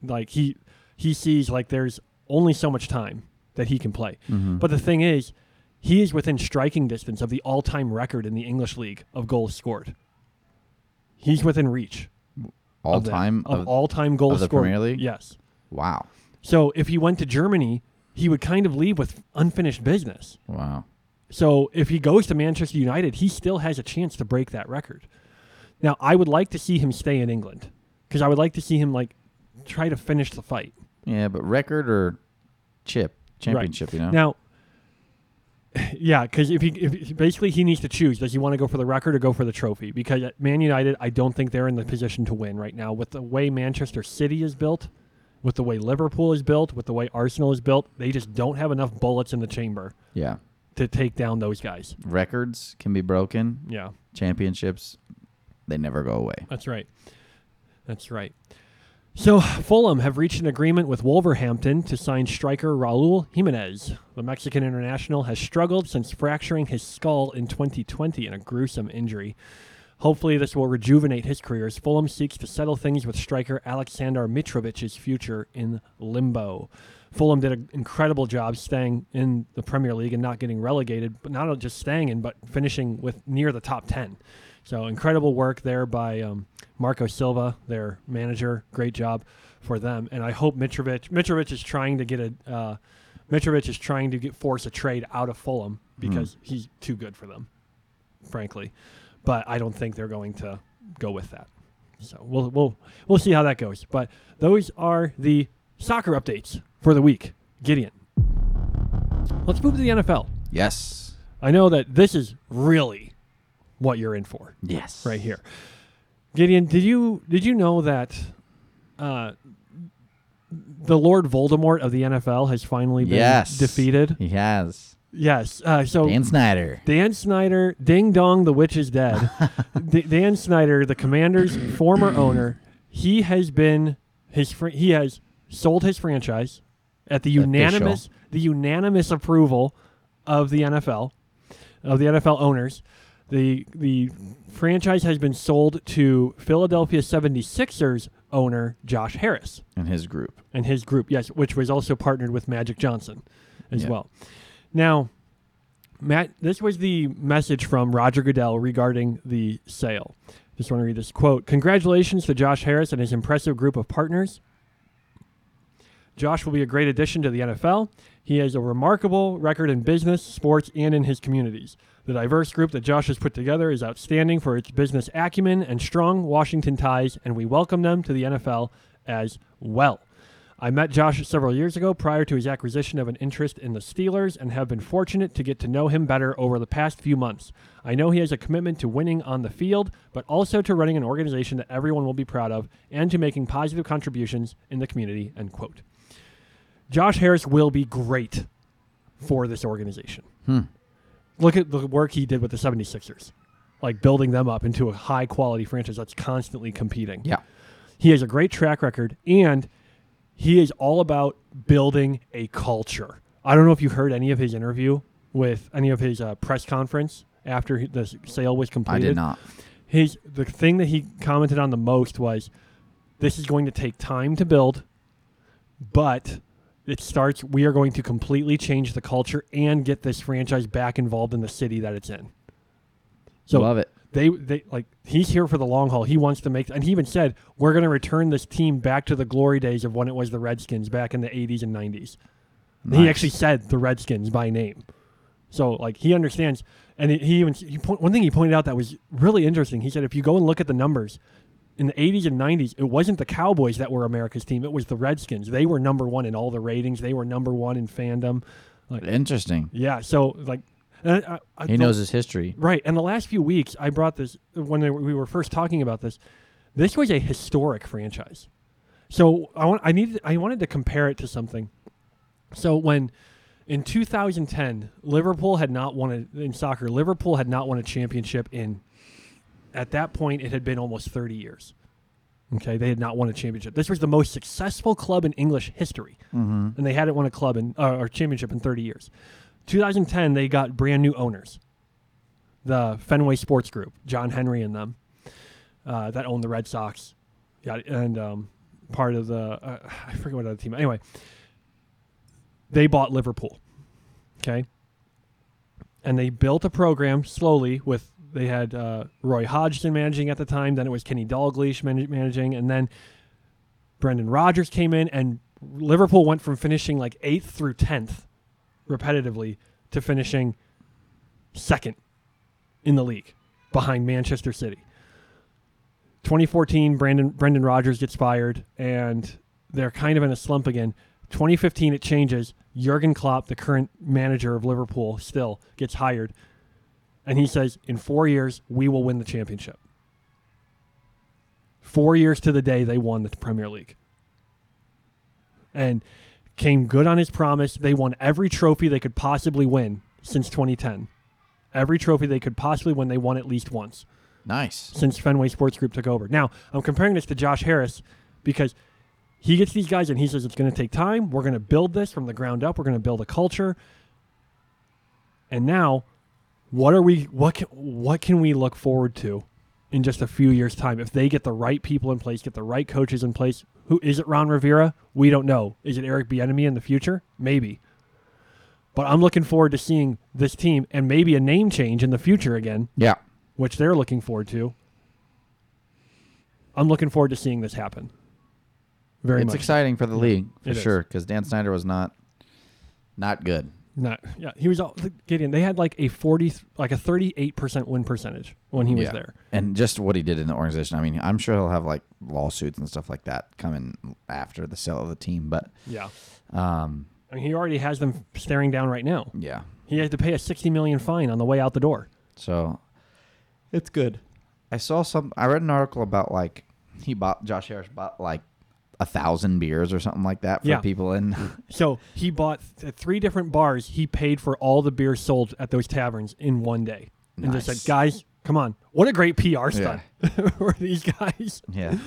like he he sees like there's only so much time that he can play.
Mm-hmm.
But the thing is, he is within striking distance of the all-time record in the English league of goals scored. He's within reach
All
of that-
time
of,
of-
all-time goals
of the
scored.
Premier League?
Yes.
Wow.
So if he went to Germany, he would kind of leave with unfinished business.
Wow.
So if he goes to Manchester United, he still has a chance to break that record. Now, I would like to see him stay in England because I would like to see him like try to finish the fight.
Yeah, but record or chip
Right.
championship, you know.
Now, [sighs] yeah, because if he if, basically he needs to choose, does he want to go for the record or go for the trophy? Because at Man United, I don't think they're in the position to win right now with the way Manchester City is built, with the way Liverpool is built, with the way Arsenal is built. They just don't have enough bullets in the chamber
yeah.
to take down those guys.
Records can be broken.
Yeah.
Championships they never go away.
That's right. That's right. So Fulham have reached an agreement with Wolverhampton to sign striker Raul Jimenez. The Mexican international has struggled since fracturing his skull in 2020 in a gruesome injury. Hopefully, this will rejuvenate his career as Fulham seeks to settle things with striker Aleksandar Mitrovic's future in limbo. Fulham did an incredible job staying in the Premier League and not getting relegated, but not just staying in, but finishing with near the top 10. So, incredible work there by um, Marco Silva, their manager. Great job for them. And I hope Mitrovic, Mitrovic is trying to get a, uh, Mitrovic is trying to get, force a trade out of Fulham because he's too good for them frankly. But I don't think they're going to go with that. So we'll we'll we'll see how that goes. But those are the soccer updates for the week. Gideon. Let's move to the NFL.
Yes.
I know that this is really what you're in for
Yes.
right here. Gideon, did you did you know that uh, the Lord Voldemort of the NFL has finally been
Yes.
defeated?
He has.
Yes. Uh, so
Dan Snyder.
Dan Snyder, Ding Dong, the witch is dead. D- Dan Snyder, the Commanders' former owner, he has been his fr- he has sold his franchise at the unanimous the unanimous approval of the NFL of the NFL owners. The the franchise has been sold to Philadelphia 76ers owner Josh Harris
And his group.
and his group, yes, which was also partnered with Magic Johnson as
Yeah.
well. Now, Matt, this was the message from Roger Goodell regarding the sale. Just want to read this quote Congratulations to Josh Harris and his impressive group of partners. Josh will be a great addition to the NFL. He has a remarkable record in business, sports, and in his communities. The diverse group that Josh has put together is outstanding for its business acumen and strong Washington ties, and we welcome them to the NFL as well. I met Josh several years ago prior to his acquisition of an interest in the Steelers and have been fortunate to get to know him better over the past few months. I know he has a commitment to winning on the field, but also to running an organization that everyone will be proud of and to making positive contributions in the community, end quote. Josh Harris will be great for this organization.
Hmm.
Look at the work he did with the 76ers, like building them up into a high quality franchise that's constantly competing.
Yeah.
He has a great track record and he is all about building a culture. I don't know if you heard any of his interview with any of his uh, press conference after he- the s- sale was
I
completed.
did not.
His the thing that he commented on the most was this is going to take time to build, but It starts. We are going to completely change the culture and get this franchise back involved in the city that it's in. So
Love it.
They they like he's here for the long haul. He wants to make and he even said we're going to return this team back to the glory days of when it was the Redskins back in the 80s and 90s. He
Nice.
actually said the Redskins by name. So like he understands, and he- he even he point, one thing he pointed out that was really interesting. He said if you go and look at the numbers, in the 80s and 90s, it wasn't the Cowboys that were America's team; it was the Redskins. They were number one in all the ratings. They were number one in fandom. Like
Interesting.
yeah, so like and I, I,
He knows his history.
right. And the last few weeks, I brought this when they, we were first talking about this. This was a historic franchise. So I want I needed I wanted to compare it to something. So when in 2010, Liverpool had not won a, in soccer. Liverpool had not won a championship in at that point it had been almost 30 years. Okay, they had not won a championship. This was the most successful club in English history, and they hadn't won a club in uh, or championship in 30 years. 2010, they got brand new owners, the Fenway Sports Group, John Henry and them, uh, that owned the Red Sox, yeah, and um, part of the uh, I forget what other team. Anyway, they bought Liverpool. Okay. And they built a program slowly with they had uh, Roy Hodgson managing at the time, then it was Kenny Dalglish man- managing, and then Brendan Rodgers came in, and Liverpool went from finishing like eighth through tenth repetitively to finishing second in the league behind Manchester City. 2014, Brandon Brendan Rodgers gets fired, and they're kind of in a slump again. 2015, it changes. Jurgen Klopp, the current manager of Liverpool, still gets hired, and he says, "In four years, we will win the championship." Four years to the day, they won the Premier League, and came good on his promise. They won every trophy they could possibly win since 2010. Every trophy they could possibly win, they won at least once
Nice.
since Fenway Sports Group took over. Now, I'm comparing this to Josh Harris because he gets these guys and he says it's going to take time. We're going to build this from the ground up. We're going to build a culture. And now, what are we what can, what can we look forward to in just a few years time if they get the right people in place, get the right coaches in place? Who is it Ron Rivera? We don't know. Is it Eric Bieniemy in the future? Maybe. But I'm looking forward to seeing this team and maybe a name change in the future again
Yeah.
which they're looking forward to. I'm looking forward to seeing this happen. Very
It's
much.
exciting for the league for
It is.
sure because Dan Snyder was not not good.
Not, yeah, he was all Gideon. They had like a forty, like a thirty-eight percent win percentage when he was there.
And just what he did in the organization. I mean, I'm sure he'll have like lawsuits and stuff like that coming after the sale of the team. But
Yeah,
um,
I mean, he already has them staring down right now.
yeah,
He had to pay a sixty million fine on the way out the door.
so it's good. I saw some. I read an article about like he bought Josh Harris bought like a thousand beers or something like that for
Yeah.
people in. [laughs]
So he bought th- at three different bars. He paid for all the beers sold at those taverns in one day, and just
Nice.
said, "Guys, come on! What a great PR stunt [laughs] for these guys."
yeah,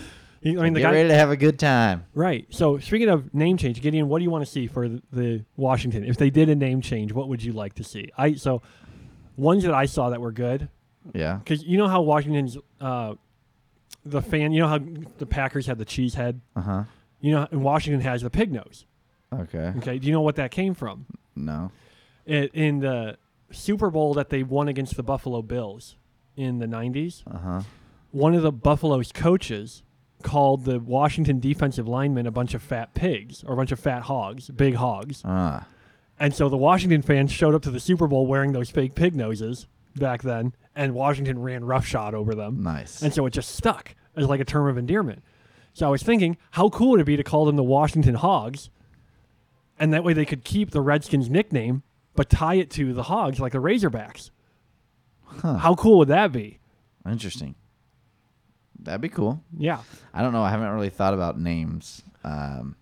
He- I mean, the
get
guy,
ready to have a good time.
Right. So speaking of name change, Gideon, what do you want to see for the, the Washington? If they did a name change, what would you like to see? I so ones that I saw that were good
Yeah,
because you know how Washington's uh, the fan. You know how the Packers had the cheese head.
uh huh.
You know, and Washington has the pig nose.
Okay,
Okay. Do you know what that came from?
no.
It, in the Super Bowl that they won against the Buffalo Bills in the '90s,
Uh huh.
one of the Buffalo's coaches called the Washington defensive linemen a bunch of fat pigs or a bunch of fat hogs, big hogs.
Ah,
And so the Washington fans showed up to the Super Bowl wearing those fake pig noses back then, and Washington ran roughshod over them.
nice.
And so it just stuck as like a term of endearment. So I was thinking, how cool would it be to call them the Washington Hogs? And that way they could keep the Redskins nickname, but tie it to the Hogs like the Razorbacks. How cool would that be?
Interesting. That'd be cool.
Yeah.
I don't know. I haven't really thought about names. Um,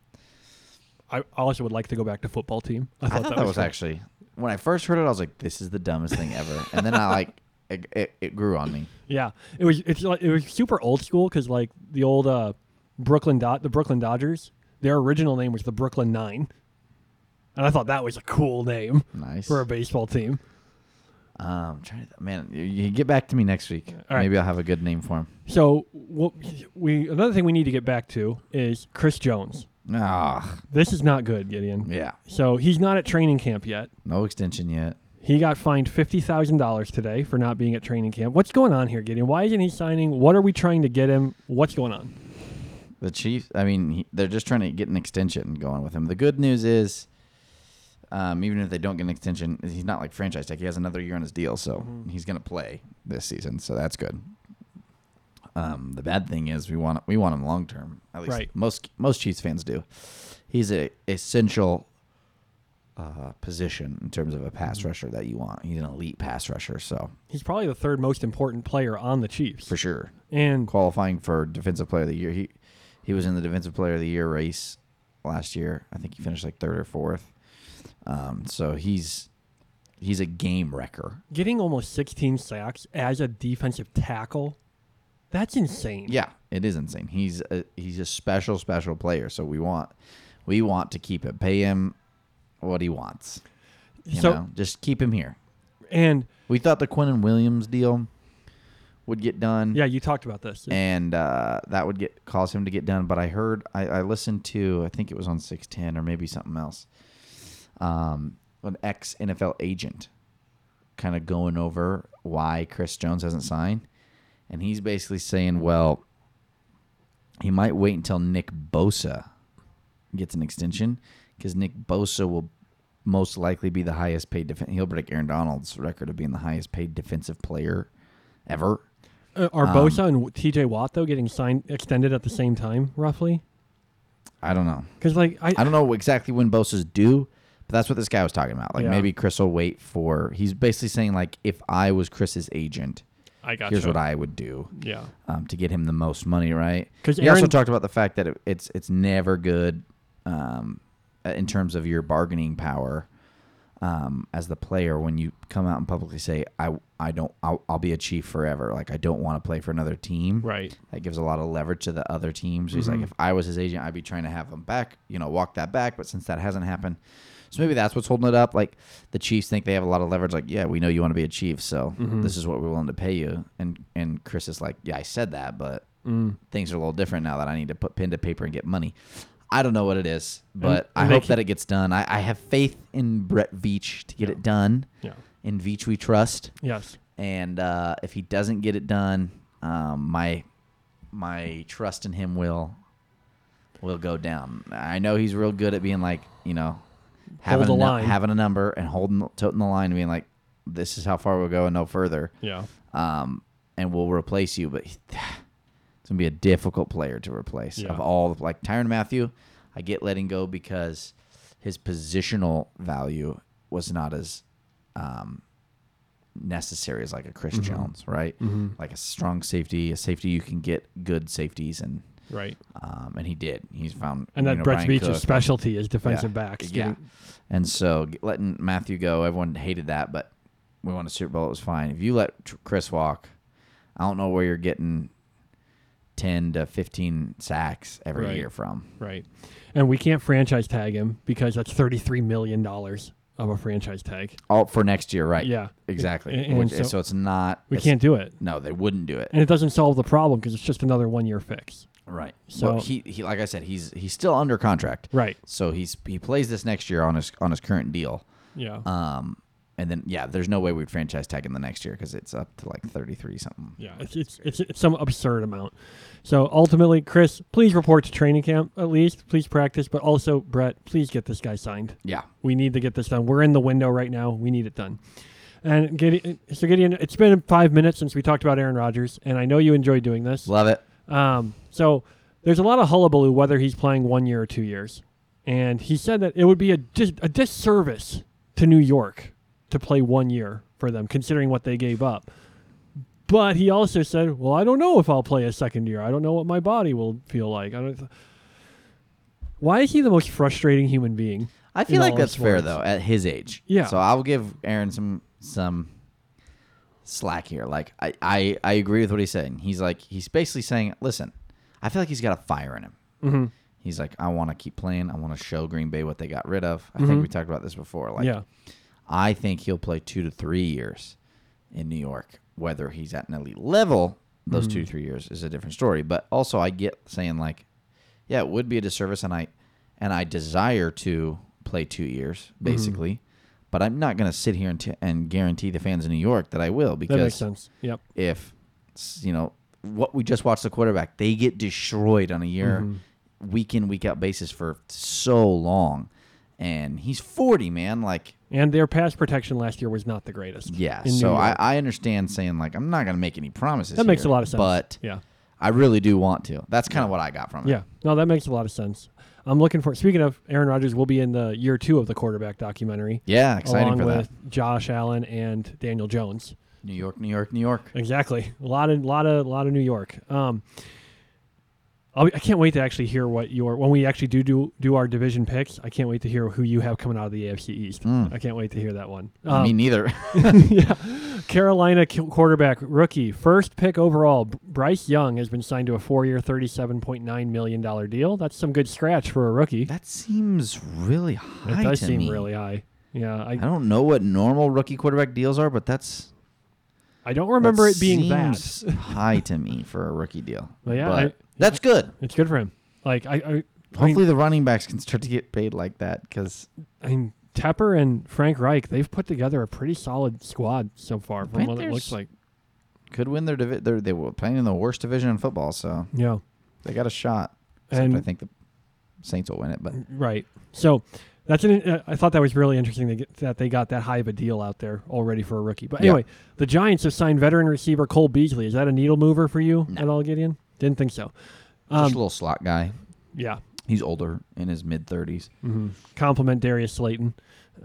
I also would like to go back to football team.
I thought that was
fun.
actually when I first heard it. I was like, "This is the dumbest thing ever," and then I like it. It, it grew on me.
Yeah, it was. It's like it was super old school because like the old uh, Brooklyn Dod the Brooklyn Dodgers. Their original name was the Brooklyn Nine, and I thought that was a cool name
Nice.
for a baseball team.
Um, trying to, man, you, you get back to me next week.
right.
Maybe I'll have a good name for him.
So what we another thing we need to get back to is Chris Jones.
Ah,
This is not good, Gideon.
yeah.
So he's not at training camp yet.
No extension yet.
He got fined fifty thousand dollars today for not being at training camp. What's going on here, Gideon? Why isn't he signing? What are we trying to get him? What's going on?
The Chiefs. I mean, he, they're just trying to get an extension going with him. The good news is, um, even if they don't get an extension, he's not like franchise tag. He has another year on his deal, so he's going to play this season. So that's good. Um, the bad thing is we want we want him long term. At least
Right.
most most Chiefs fans do. He's a essential uh, position in terms of a pass rusher that you want. He's an elite pass rusher, so
He's probably the third most important player on the Chiefs.
for sure.
And
qualifying for defensive player of the year. He he was in the defensive player of the year race last year. I think he finished like third or fourth. Um, so he's he's a game wrecker.
getting almost 16 sacks as a defensive tackle, that's insane.
Yeah, it is insane. He's a, he's a special special player. So we want we want to keep it. Pay him what he wants. You
So-
know, just keep him here.
And
We thought the Quinn and Williams deal would get done.
yeah, you talked about this.
and uh, that would get cause him to get done. But I heard, I, I listened to, I think it was on six ten or maybe something else, um, an ex NFL agent, kind of going over why Chris Jones hasn't signed, and he's basically saying, well, he might wait until Nick Bosa gets an extension because Nick Bosa will most likely be the highest paid defense. He'll break Aaron Donald's record of being the highest paid defensive player ever.
Uh, are
um,
Bosa and TJ Watt, though, getting signed, extended at the same time, roughly?
I don't know.
Because, like, I,
I don't know exactly when Bosa's due, but that's what this guy was talking about. Like
Yeah.
maybe Chris will wait for. He's basically saying like, if I was Chris's agent,
I got
here's what I would do
Yeah.
um, to get him the most money. Right?
'Cause
he also
Aaron-
talked about the fact that it, it's it's never good um, uh, in terms of your bargaining power um, as the player when you come out and publicly say I I don't I'll, I'll be a chief forever. Like I don't want to play for another team
Right.
that gives a lot of leverage to the other teams. He's
Mm-hmm.
like, if I was his agent, I'd be trying to have him back, you know, walk that back. But since that hasn't happened, so maybe that's what's holding it up. Like the Chiefs think they have a lot of leverage. Like, yeah, we know you want to be a Chief, so
Mm-hmm.
this is what we're willing to pay you. And and Chris is like, yeah, I said that, but
Mm.
things are a little different now that I need to put pen to paper and get money. I don't know what it is, but I
and they
hope
keep-
that it gets done. I, I have faith in Brett Veach to get it done.
Yeah.
In Veach, we trust
Yes.
and uh, if he doesn't get it done, um, my my trust in him will will go down. I know he's real good at being like you know having
Hold
a,
the
nu-
line.
having a number and holding toting the line, and being like this is how far we'll go and no further,
Yeah.
um, and we'll replace you. But he- [sighs] it's gonna be a difficult player to replace
Yeah.
of all like Tyron Matthew. I get letting go because his positional value was not as um, necessary as like a Chris
Mm-hmm.
Jones, right? Like a strong safety, a safety you can get good safeties, and
Right.
um, and he did. He's found
And
you
that
know,
Brett
Brian
Beach's
Cook.
specialty is defensive backs.
Yeah,
getting-
and so g- letting Matthew go, everyone hated that, but we won a Super Bowl. It was fine. If you let tr- Chris walk, I don't know where you're getting ten to fifteen sacks every
Right.
year from.
Right. And we can't franchise tag him because that's $33 million of a franchise tag.
All for next year, right?
Yeah.
exactly.
And- and
Which,
so-
so, it's not.
We
it's-
can't do it.
No, they wouldn't do it.
And it doesn't solve the problem because it's just another one year fix.
Right.
So-
So he, he like I said, he's he's still under contract.
Right.
So he's he plays this next year on his on his current deal.
Yeah.
Um and then yeah, there's no way we'd franchise tag him the next year because it's up to like 33 something.
yeah. It's, it's, it's, it's some absurd amount. So ultimately, Chris, please report to training camp at least. Please practice. But also, Brett, please get this guy signed.
Yeah.
We need to get this done. We're in the window right now. We need it done. And Gideon, so Gideon, it's been five minutes since we talked about Aaron Rodgers, and I know you enjoy doing this.
Love it.
Um, so there's a lot of hullabaloo whether he's playing one year or two years. And he said that it would be a, dis- a disservice to New York to play one year for them, considering what they gave up. But he also said, "Well, I don't know if I'll play a second year. I don't know what my body will feel like." I don't. Why is he the most frustrating human being?
I
in
feel like
all
that's
of
fair
sports?
though at his age.
Yeah.
So I'll give Aaron some some slack here. Like I I, I agree with what he's saying. He's like he's basically saying, listen, I feel like he's got a fire in him.
Mm-hmm.
He's like, I want to keep playing. I want to show Green Bay what they got rid of. I think we talked about this before. Like,
Mm-hmm. Yeah.
I think he'll play two to three years in New York. Whether he's at an elite level, those
Mm.
two to three years is a different story. But also, I get saying like, yeah, it would be a disservice, and I, and I desire to play two years
Mm-hmm.
basically, but I'm not going to sit here and, t- and guarantee the fans in New York that I will
That makes
because
sense. Yep.
if s- you know what we just watched the quarterback, they get destroyed on a year
Mm-hmm.
week in week out basis for so long, and he's 40, man, like.
And their pass protection last year was not the greatest.
Yeah,
in New
so I,
York.
I understand saying like I'm not gonna make any promises.
that makes a
here,
lot of sense.
But
yeah.
I really do want to. That's kind of what I got from it.
Yeah. No, that makes a lot of sense. I'm looking for. Speaking of Aaron Rodgers, will be in the year two of the quarterback documentary.
Yeah, exciting
along
for
with
that.
Josh Allen and Daniel Jones.
New York, New York, New York.
Exactly. A lot of lot of lot of New York. Um, I'll be, I can't wait to actually hear what your when we actually do do do our division picks. I can't wait to hear who you have coming out of the AFC East. I can't wait to hear that one. Um,
Hmm. Me
[laughs]
neither. [laughs]
Carolina ki- quarterback rookie first pick overall. B- Bryce Young has been signed to a four-year, thirty-seven point nine million dollar deal. That's some good scratch for a rookie.
that seems really
it
high
does
to
seem
me.
really high. Yeah, I,
I don't know what normal rookie quarterback deals are, but that's
I don't remember
that
it being that.
seems high to me for a rookie deal.
[laughs] Well, yeah,
But
I-
that's good.
It's good for him. Like I, I I mean-
Hopefully, the running backs can start to get paid like that because
I mean, Tepper and Frank Reich, they've put together a pretty solid squad so far from what it looks
Panthers-
like.
could win their divi- they're, they were playing in the worst division in football, so
Yeah.
they got a shot. Except
And
I think the Saints will win it, but
right. So that's an uh, I thought that was really interesting to get, that they got that high of a deal out there already for a rookie. But
Yeah.
anyway, the Giants have signed veteran receiver Cole Beasley. Is that a needle mover for you at all, Gideon? Didn't think so. Um,
just a little slot guy.
Yeah.
He's older, in his mid thirties.
Compliment Darius Slayton.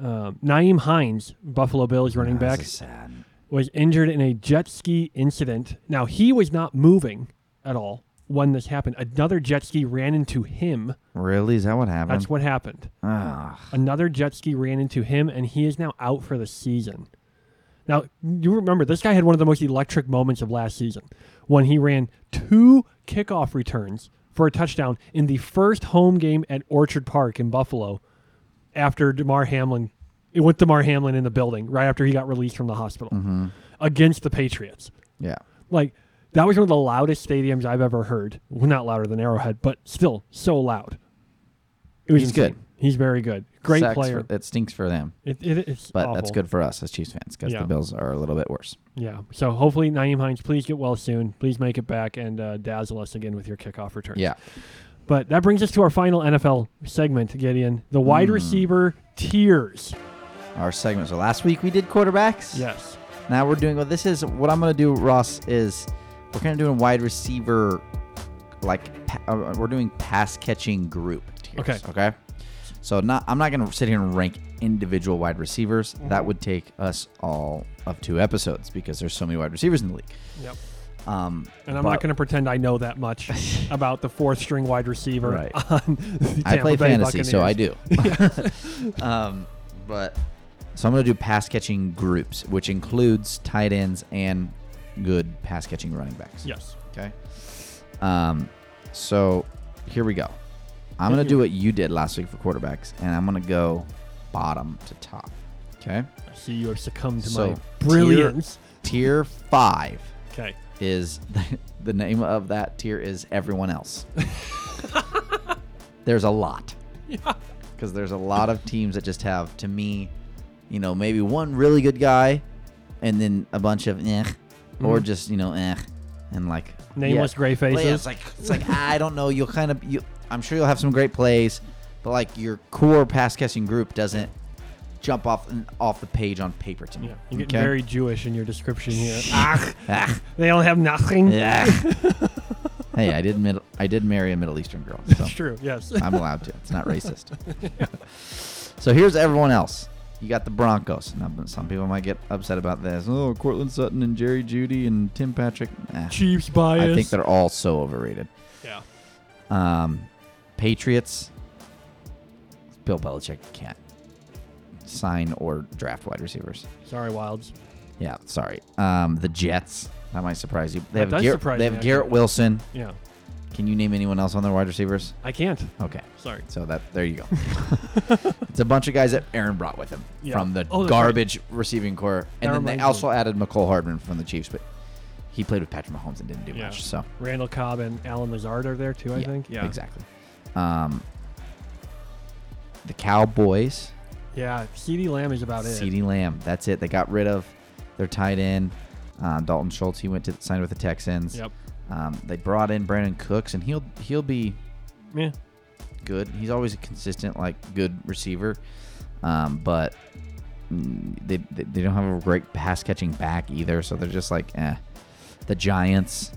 Um, Naeem Hines, Buffalo Bills running back.
sad.
was injured in a jet ski incident. Now, he was not moving at all when this happened. Another jet ski ran into him.
Really? Is that what happened?
That's what happened.
Ah,
Another jet ski ran into him, and he is now out for the season. Now, you remember, this guy had one of the most electric moments of last season when he ran two kickoff returns for a touchdown in the first home game at Orchard Park in Buffalo after DeMar Hamlin. It went DeMar Hamlin in the building right after he got released from the hospital against the Patriots
yeah.
like that was one of the loudest stadiums I've ever heard. Well, not louder than Arrowhead, but still so loud. It was
He's
insane.
good.
He's very good. Great
Sucks
player.
For, it stinks for them,
It, it, it's
but
awful.
that's good for us as Chiefs fans because
Yeah.
the Bills are a little bit worse.
Yeah. So hopefully Naeem Hines, please get well soon. Please make it back and uh, dazzle us again with your kickoff return.
Yeah.
But that brings us to our final NFL segment, Gideon. The wide
Hmm.
receiver tiers.
Our segment. So last week we did quarterbacks.
Yes.
Now we're doing. Well, this is what I'm gonna do. Ross is we're kind of doing wide receiver, like pa- uh, we're doing pass catching group. Tiers,
Okay.
Okay. So not I'm not gonna sit here and rank individual wide receivers.
Mm-hmm.
That would take us all of two episodes because there's so many wide receivers in the league.
Yep.
Um,
And I'm
but-
not going to pretend I know that much
[laughs]
about the fourth string wide receiver
Right.
on [laughs] the
I
Tampa
play
Bay
fantasy, so I
Buccaneers.
do. [laughs]
[laughs]
um, but so I'm going to do pass catching groups, which includes tight ends and good pass catching running backs.
Yes.
Okay. Um, so here we go. I'm going to do what you did last week for quarterbacks, and I'm going to go bottom to top. Okay.
I see you have succumbed to my
So,
brilliance.
Tier five
Okay.
is [laughs] the, the name of that tier is everyone
[laughs]
else. there's a lot. Because there's a lot of teams that just have, to me, you know, maybe one really good guy and then a bunch of eh, or just, you know, eh, and like
Mm-hmm. Nameless gray
But yeah,
faces.
It's like, it's like ah, I don't know. You'll kind of, you, I'm sure you'll have some great plays, but like your core pass catching group doesn't jump off off the page on paper to me.
Yeah, you're getting
Okay?
very Jewish in your description here.
[laughs] Ah.
they don't have nothing. [laughs]
Yeah. hey, I did mid- I did marry a Middle Eastern girl. So
That's true. Yes.
[laughs] I'm allowed to. It's not racist. [laughs] so here's everyone else. You got the Broncos. Now, but some people might get upset about this. Oh, Cortland Sutton and Jerry Judy and Tim Patrick. Nah.
[laughs] Chiefs bias.
I think they're all so overrated.
Yeah.
Um, Patriots. Bill Belichick can't sign or draft wide receivers.
Sorry, Wilds.
Yeah, sorry. Um, the Jets. That might surprise you. They
That
have
does
Garrett,
surprise
they
me,
have
actually.
Garrett Wilson.
Yeah.
Can you name anyone else on their wide receivers?
I can't.
Okay.
Sorry.
So that there
[laughs]
you go. it's a bunch of guys that Aaron brought with him
Yeah.
from the
Oh, that's
garbage receiving core, and
That
then they
reminds
also
me.
added McCole Hardman from the Chiefs, but he played with Patrick Mahomes and didn't do
Yeah.
much. So
Randall Cobb and Alan Lazard are there too, I think. Yeah.
exactly. Um, the Cowboys,
Yeah, CD Lamb is about it.
CeeDee Lamb. That's it. They got rid of their tight end. Um, Dalton Schultz, he went to signed with the Texans.
Yep.
Um, they brought in Brandon Cooks, and he'll he'll be
Yeah.
good. He's always a consistent, like good receiver, um, but mm, they, they they don't have a great pass catching back either. So they're just like, eh. The Giants,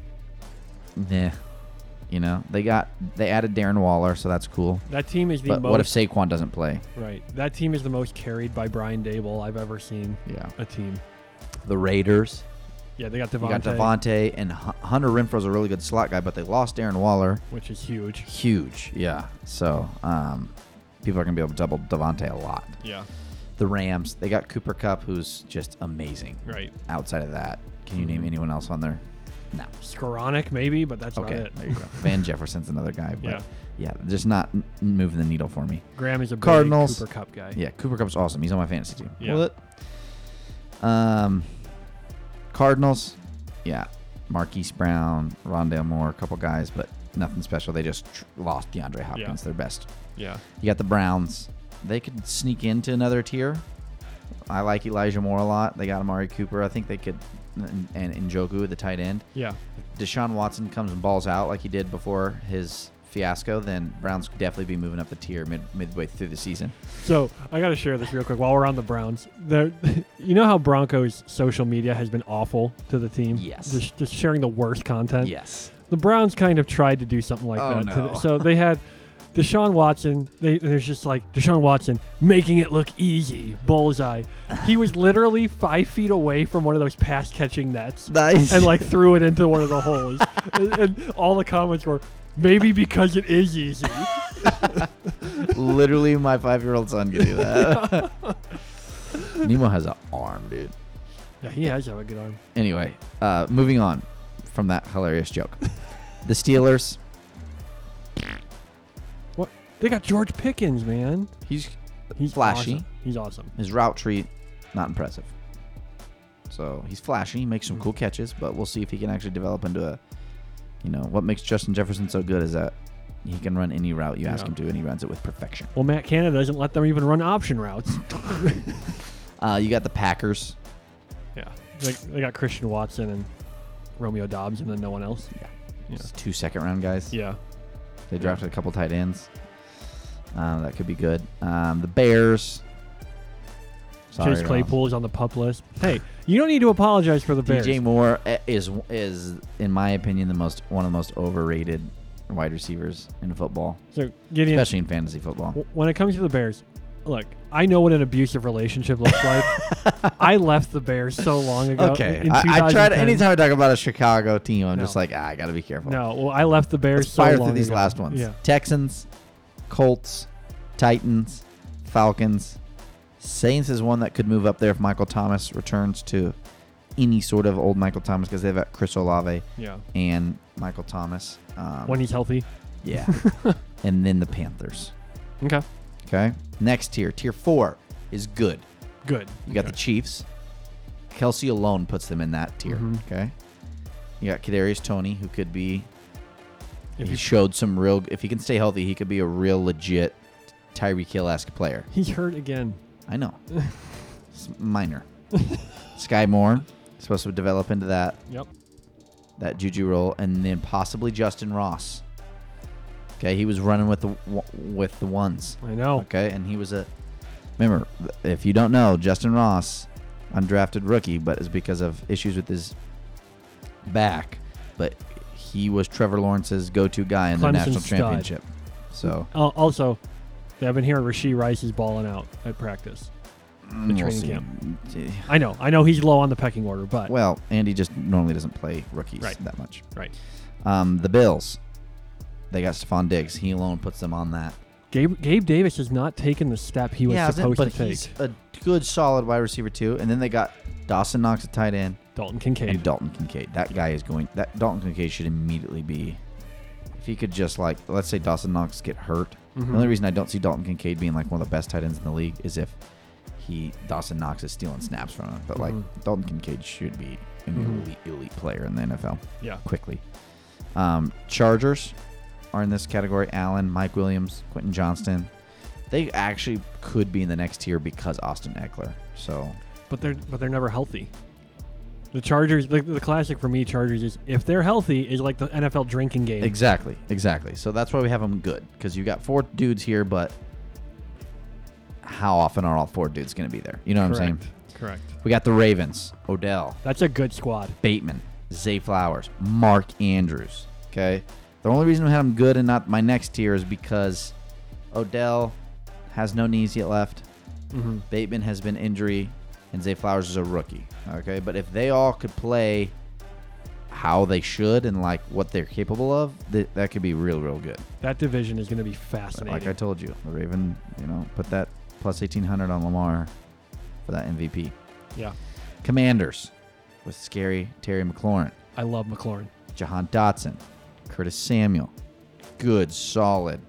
nah. You know they got they added Darren Waller, so that's cool.
That team is the
But
most
what if Saquon doesn't play?
right. That team is the most carried by Brian Dable I've ever seen.
Yeah,
A team.
the Raiders.
Yeah, they got
You
Devontae,
got Devontae and Hu- Hunter Renfro's a really good slot guy, but they lost Darren Waller.
which is huge.
Huge, yeah. So um, people are gonna be able to double Devontae a lot.
Yeah.
the Rams. They got Cooper Cup, who's just amazing.
Right.
Outside of that, can you name anyone else on there? No.
Skoranek maybe, but that's
Okay.
not it.
There you go. Van Jefferson's another guy, but
Yeah.
yeah, just not n- moving the needle for me.
Graham is a big
Cardinals.
Cooper Cup guy.
Yeah, Cooper Cup's awesome. He's on my fantasy team.
Yeah.
Well, it- Um, Cardinals. Yeah, Marquise Brown, Rondale Moore, a couple guys, but nothing special. They just tr- lost DeAndre Hopkins, their best
Yeah.
you got the Browns. They could sneak into another tier. I like Elijah Moore a lot. They got Amari Cooper. I think they could, and, and Njoku at the tight end.
Yeah.
Deshaun Watson comes and balls out like he did before his fiasco. Then Browns could definitely be moving up the tier mid, midway through the season.
So I gotta share this real quick while we're on the [laughs] Browns. There, you know how Broncos social media has been awful to the team.
Yes.
Just, just sharing the worst content.
Yes.
The Browns kind of tried to do something like
Oh,
that. to
no.
the- so they had Deshaun Watson. They there's just like Deshaun Watson making it look easy, bullseye. He was literally five feet away from one of those pass catching nets.
Nice.
and like threw it into one of
[laughs]
the holes. and, and all the comments were, maybe because it is easy.
Literally, my five-year-old son could do that. [laughs] Nemo has an arm, dude.
yeah, he has have a good arm.
Anyway, uh, moving on from that hilarious joke. The Steelers.
What? They got George Pickens, man.
He's
He's
Flashy.
awesome. He's awesome.
His route tree, not impressive. So he's flashy, he makes some cool catches, but we'll see if he can actually develop into a. You know what makes Justin Jefferson so good is that he can run any route you ask
Yeah.
him to, and he runs it with perfection.
Well, Matt Canada doesn't let them even run option routes.
Uh, you got the Packers.
yeah. They, they got Christian Watson and Romeo Dobbs and then no one else.
Yeah,
Yeah.
It's two second round guys.
Yeah.
They drafted a couple tight ends. Um, that could be good. Um, the Bears. Sorry,
Chase
Ross.
Claypool is on the pup list. Hey, you don't need to apologize for the Bears.
DJ Moore eh, is is in my opinion the most one of the most overrated wide receivers in football,
so, Gideon,
especially in fantasy football.
W- when it comes to the Bears, look, I know what an abusive relationship looks
[laughs]
like. I left the Bears so long ago.
Okay,
in
I, I try to.
2010.
Anytime I talk about a Chicago team, I'm
No.
just like, ah, I gotta be careful.
No, well, I left the Bears
Let's
so
fire
long
through these
ago.
last ones:
Yeah,
Texans, Colts, Titans, Falcons. Saints is one that could move up there if Michael Thomas returns to any sort of old Michael Thomas because they've got Chris Olave
yeah.
and Michael Thomas. Um,
When he's healthy. [laughs]
yeah, and then the Panthers.
Okay.
Okay, next tier, tier four is good.
Good.
You got
Okay.
the Chiefs. Kelsey alone puts them in that tier.
Mhm.
Okay. You got Kadarius Tony, who could be.
If
he
you-
showed some real. If he can stay healthy, he could be a real legit Tyreek Hill esque player.
He's hurt again.
I
[laughs]
know. it's minor. Sky Moore supposed to develop into that
Yep.
that Juju role, and then possibly Justin Ross. Okay, he was running with the with the ones.
I know.
Okay, and he was a. Remember, if you don't know, Justin Ross, undrafted rookie, but it's because of issues with his back. But he was Trevor Lawrence's go-to guy in
Clemson
the national
stud.
championship. So
Al- Uh, also, I've been hearing Rasheed Rice is balling out at practice.
mm, we'll
training
see. Eh,
I know. I know he's low on the pecking order, but
Well, Andy just normally doesn't play rookies
Right.
that much.
right.
Um, the Bills, they got Stephon Diggs. He alone puts them on that.
Gabe, Gabe Davis has not taken the step he was
yeah,
supposed
but
to take.
he's a good, solid wide receiver too. And then they got Dawson Knox at tight end.
Dalton Kincaid.
and Dalton Kincaid. That guy is going. That Dalton Kincaid should immediately be. If he could just like, let's say Dawson Knox get hurt.
Mm-hmm.
The only reason I don't see Dalton Kincaid being like one of the best tight ends in the league is if he Dawson Knox is stealing snaps from him. But
Mm-hmm.
like Dalton Kincaid should be an elite, elite player in the NFL
yeah.
quickly. Um, Chargers are in this category. Allen, Mike Williams, Quentin Johnston, They actually could be in the next tier because Austin Eckler. So
but they're but they're never healthy. The Chargers, the, the classic for me, Chargers is if they're healthy, is like the NFL drinking game.
exactly, exactly. So that's why we have them good because you got four dudes here, but how often are all four dudes going to be there? You know what I'm saying?
Correct.
We got the Ravens, Odell,
That's a good squad.
Bateman, Zay Flowers, Mark Andrews. Okay. The only reason we had him good and not my next tier is because Odell has no knees yet left. Bateman has been injury, and Zay Flowers is a rookie. Okay. But if they all could play how they should and like what they're capable of, th- that could be real, real good.
That division is going to be
But
fascinating.
like I told you, the Raven, you know, put that plus 1800 on Lamar for that MVP.
yeah,
Commanders with scary Terry McLaurin.
I love McLaurin.
Jahan Dotson, Curtis Samuel. Good, solid,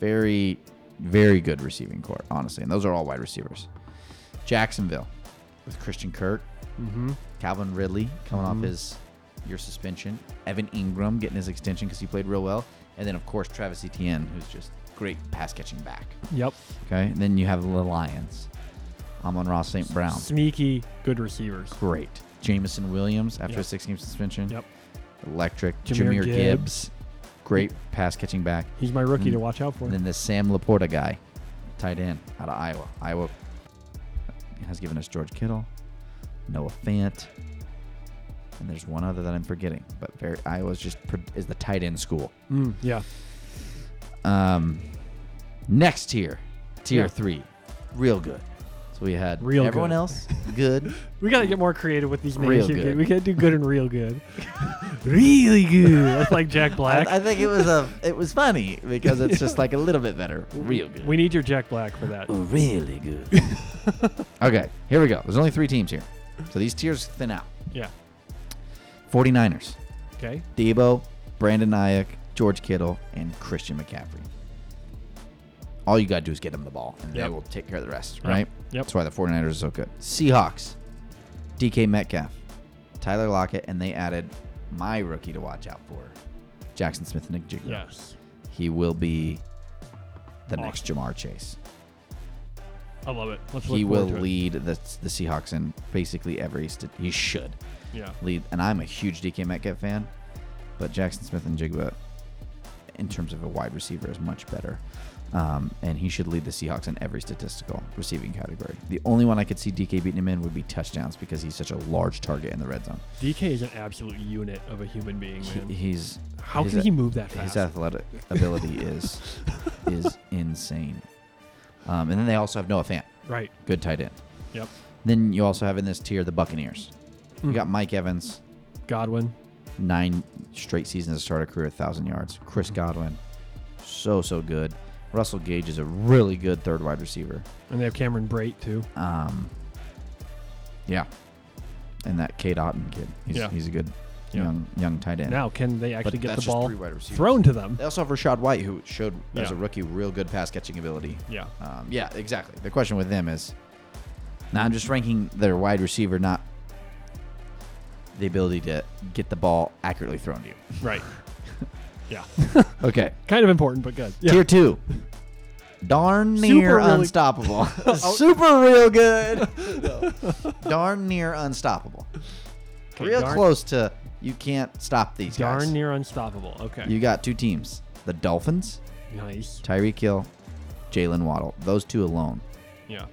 very, very good receiving court, honestly. And those are all wide receivers. Jacksonville with Christian Kirk,
Mm-hmm.
Calvin Ridley coming off his year suspension, Evan Ingram getting his extension because he played real well, and then of course Travis Etienne, who's just great pass catching back.
Yep,
Okay, and then you have the Lions, Amon Ross St. Brown,
sneaky good receivers.
great. Jamison Williams after
Yep.
a six game suspension
Yep,
electric.
Jahmyr
Jameer,
Gibbs.
Gibbs. great pass catching back.
he's my rookie to watch out for.
And Mm. then this Sam Laporta guy, tight end out of Iowa. Iowa has given us George Kittle, Noah Fant, and there's one other that I'm forgetting. But very Iowa's just pro- is the tight end school.
Mm, yeah,
Um, next tier, tier
Yeah.
three, real good. So we had
Real
everyone
good.
else good.
we got to get more creative with these names.
Real
here, dude.
good.
We got to do good and real
[laughs]
good. really good. That's like Jack [laughs] Black.
I, I think it was a it was funny because
[laughs]
it's just like a little bit better. Real good.
we need your Jack Black for that.
really good. [laughs] okay, here we go. There's only three teams here. So these tiers thin out.
Yeah.
49ers,
Okay.
Debo, Brandon Ayuk, George Kittle, and Christian McCaffrey. All you got to do is get them the ball, and
Yep.
they will take care of the rest, right?
Yep.
That's why the 49ers are so good. Seahawks, DK Metcalf, Tyler Lockett, and they added my rookie to watch out for, Jackson Smith and Nick
Yes.
He will be the next Jamar Chase.
I love it. Let's look
he will
forward to it.
lead the, the Seahawks in basically every. St- he should
Yeah.
lead, and I'm a huge DK Metcalf fan, but Jackson Smith and Jigba, in terms of a wide receiver, is much better, um, and he should lead the Seahawks in every statistical receiving category. The only one I could see DK beating him in would be touchdowns because he's such a large target in the red zone.
DK is an absolute unit of a human being,
He,
man.
he's
How
his
can
a-
he move that
His
fast?
athletic ability is
[laughs]
is insane, um, and then they also have Noah Fant,
right.
good tight end.
Yep. Hmm.
Then you also have in this tier the Buccaneers. You got Mike Evans,
Godwin.
nine straight seasons to start a career, thousand yards. Chris
Hmm.
Godwin, so so good. Russell Gage is a really good third wide receiver.
And they have Cameron Brait, too.
Um, yeah, and that Kate Otten kid, he's,
Yeah.
he's a good
Yeah.
young young tight end.
Now, can they actually
But
get
that's
the
just
ball
three wide receivers.
thrown to them?
They also have Rashad White, who showed as a
Yeah.
rookie real good pass catching ability.
Yeah.
Um, yeah, exactly. The question with them is now I'm just ranking their wide receiver, not the ability to get the ball accurately thrown to you. [laughs]
Right. yeah.
Okay.
kind of important, but good. Yeah.
Tier two. Darn near
Super really- [laughs] Oh.
unstoppable. [laughs] Super real good. No. Darn near unstoppable.
Okay,
real
darn-
close to you can't stop these
Darn
guys.
near unstoppable. Okay.
You got two teams. The Dolphins,
nice.
Tyreek Hill, Jalen Waddle. Those two alone.
Yeah.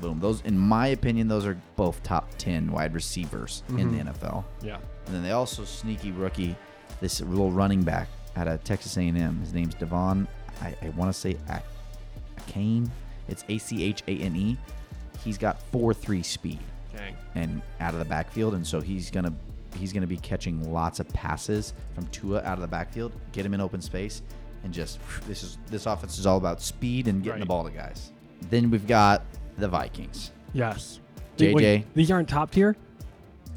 Boom. Those, in my opinion, those are both top 10 wide receivers in the NFL.
Yeah.
And then they also sneaky rookie, this little running back out of Texas A&M. His name's Devon. I, I want to say A- Kane. It's A C H A N E. He's got four three speed
Dang.
and out of the backfield, and so he's gonna he's gonna be catching lots of passes from Tua out of the backfield. Get him in open space, and just this is this offense is all about speed and getting the
Right.
ball to guys. Then we've got the Vikings.
Yes.
JJ.
these aren't top tier?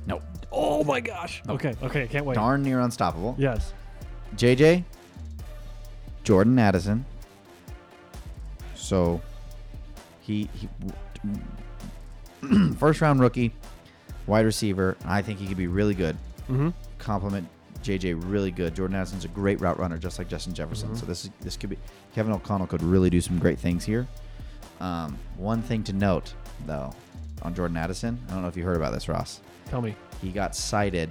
No,
Oh, my gosh. Okay. Okay. I can't wait.
darn near unstoppable.
Yes.
JJ, Jordan Addison. So, he, he [clears throat] first round rookie, wide receiver. I think he could be really good. Mm-hmm. Compliment JJ really good. Jordan Addison's a great route runner, just like Justin Jefferson. So this is this could be Kevin O'Connell could really do some great things here. Um, one thing to note though on Jordan Addison, I don't know if you heard about this, Ross.
Tell me.
He got cited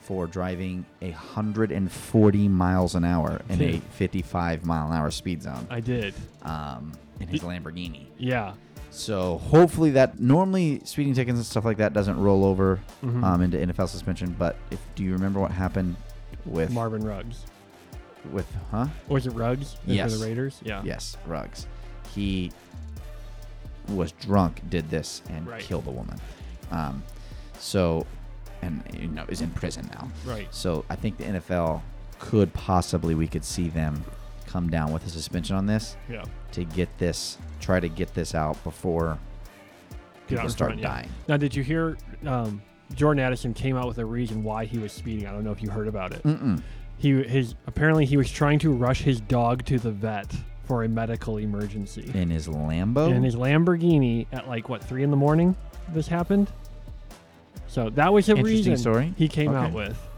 for driving 140 miles an hour in a
Gee.
55 mile an hour speed zone
I did.
um, in his Lamborghini.
Yeah.
So hopefully that normally speeding tickets and stuff like that doesn't roll over
Mm-hmm.
um, into NFL suspension. But if do you remember what happened with
Marvin Ruggs.
with huh?
Was it Ruggs?
Yes.
For the Raiders? Yeah.
Yes, Ruggs. He was drunk, did this, and
Right.
killed a woman. Um, so, and you know, is in prison now.
Right.
So I think the NFL could possibly we could see them come down with a suspension on this
Yeah.
to get this try to get this out before
Get out
people
in
start
front, yeah.
dying.
Now, did you hear um, Jordan Addison came out with a reason why he was speeding? I don't know if you heard about it.
Mm-mm.
He his apparently he was trying to rush his dog to the vet for a medical emergency.
In his Lambo.
in his Lamborghini at like what three in the morning. This happened. So that was the
Interesting
reason
story.
he came out
Okay.
with.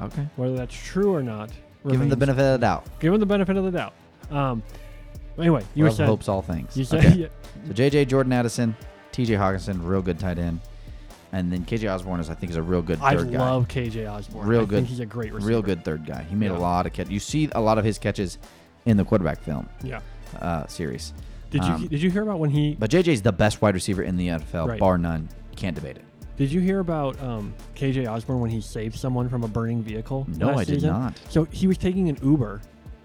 okay.
Whether that's true or not,
Give him the
remains-
benefit of the doubt.
Give him the benefit of the doubt. Um. Anyway, you
You
were
Love
saying.
hopes all things. [laughs]
You said
Okay.
yeah,
So JJ Jordan Addison, TJ Hawkinson, real good tight end, and then KJ Osborne is I think is a real good
I
third guy.
love KJ Osborne.
Real
I
good-
Think he's a great receiver.
real good third guy. He made
Yeah.
a lot of catch. You see a lot of his catches in the quarterback film
Yeah.
uh, series.
Did you
Um,
did you hear about when he
But JJ's the best wide receiver in the NFL,
Right.
bar none. Can't debate it.
Did you hear about um, KJ Osborne when he saved someone from a burning vehicle?
No,
last
I did
season?
not.
So he was taking an Uber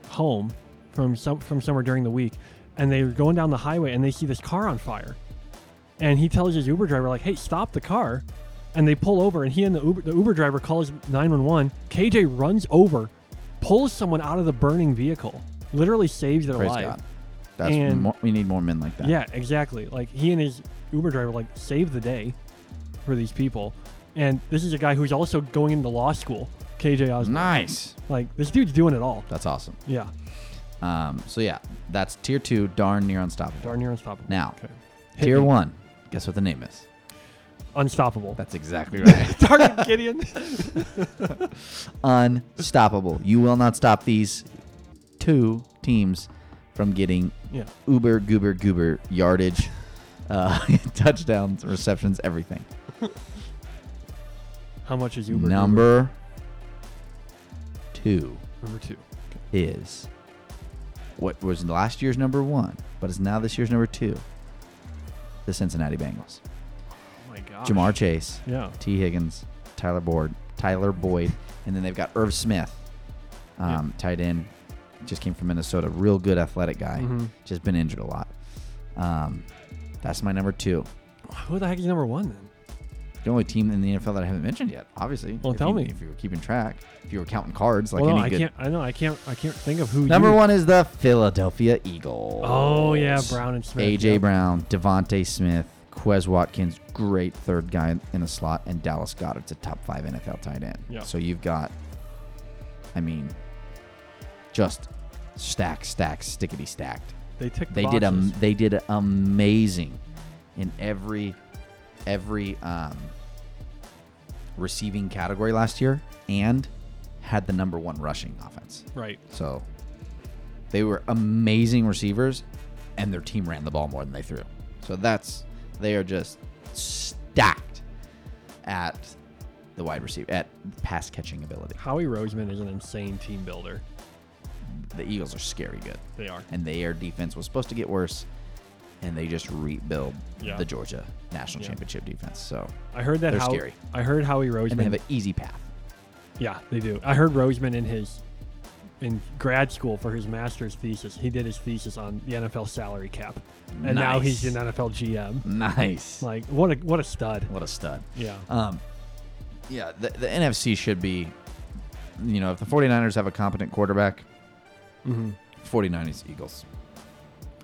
home from some from somewhere during the week, and they were going down the highway and they see this car on fire, and he tells his Uber driver like, "Hey, stop the car," and they pull over, and he and the Uber the Uber driver calls nine one one. KJ runs over, pulls someone out of the burning vehicle, literally saves their
Praise
life.
God. That's
And-
more, we need more men like that.
Yeah, exactly. Like he and his Uber driver like saved the day for these people. And this is a guy who's also going into law school, KJ Osborne.
Nice.
Like this dude's doing it all.
That's awesome.
Yeah.
Um, so yeah, that's tier two, darn near unstoppable.
Darn near unstoppable.
Now,
Okay. Hit
tier
me.
one. Guess what the name is?
Unstoppable.
That's [laughs] exactly right.
[laughs] Darn it, Gideon. [laughs]
unstoppable. You will not stop these two teams from getting
yeah.
uber goober goober yardage, uh, [laughs] touchdowns, receptions, everything.
How much is Uber?
Number two
Uber? number two.
is what was last year's number one, but is now this year's number two. The Cincinnati Bengals.
Oh my god.
Jamar Chase,
Yeah.
T. Higgins, Tyler Boyd, Tyler Boyd, and then they've got Irv Smith, um, tight end, just came from Minnesota, real good athletic guy,
Mm-hmm.
just been injured a lot. Um, that's my number two.
Who the heck is number one then?
The only team in the NFL that I haven't mentioned yet, obviously.
Well,
if
tell
you,
me.
if you were keeping track, if you were counting cards, like
well, no,
any
I
good.
can't. I know. I can't. I can't think of who.
Number
you-
one is the Philadelphia Eagles.
Oh yeah, Brown and Smith.
AJ
yep.
Brown, Devonte Smith, Quez Watkins, great third guy in the slot, and Dallas Goddard's a top five NFL tight end.
Yeah.
So you've got, I mean, just stack, stack, stickety stacked.
They ticked.
They did um, they did amazing in every every um, receiving category last year, and had the number one rushing offense.
Right.
So they were amazing receivers, and their team ran the ball more than they threw. So that's they are just stacked at the wide receiver at pass catching ability.
Howie Roseman is an insane team builder.
The Eagles are scary good,
They are.
and their defense was supposed to get worse, and they just rebuild
Yeah.
the Georgia national
Yeah.
championship defense. So
I heard that.
They're
How,
scary.
I heard Howie Roseman.
and they have an easy path. [laughs]
Yeah, they do. I heard Roseman in his in grad school for his master's thesis. He did his thesis on the NFL salary cap, and now he's an
Nice.
NFL GM.
Nice,
Like what a what a stud.
what a stud.
Yeah,
Um, yeah, the, the NFC should be, you know, if the 49ers have a competent quarterback,
Mm-hmm.
49ers Eagles.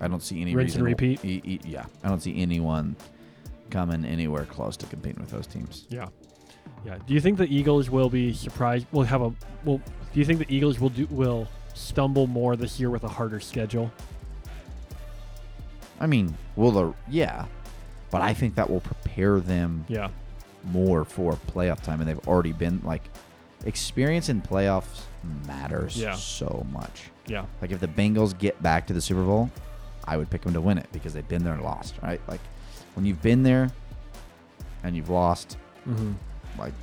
I don't see any
Rinse
reason-
and repeat?
E- e- yeah, I don't see anyone coming anywhere close to competing with those teams.
yeah, yeah. Do you think the Eagles will be surprised? Will have a will? Do you think the Eagles will do will stumble more this year with a harder schedule?
I mean, will the yeah, but I think that will prepare them
Yeah,
more for playoff time, and they've already been like, experience in playoffs matters
Yeah.
so much.
Yeah.
Like if the Bengals get back to the Super Bowl, I would pick them to win it because they've been there and lost, right? Like when you've been there and you've lost,
hmm
like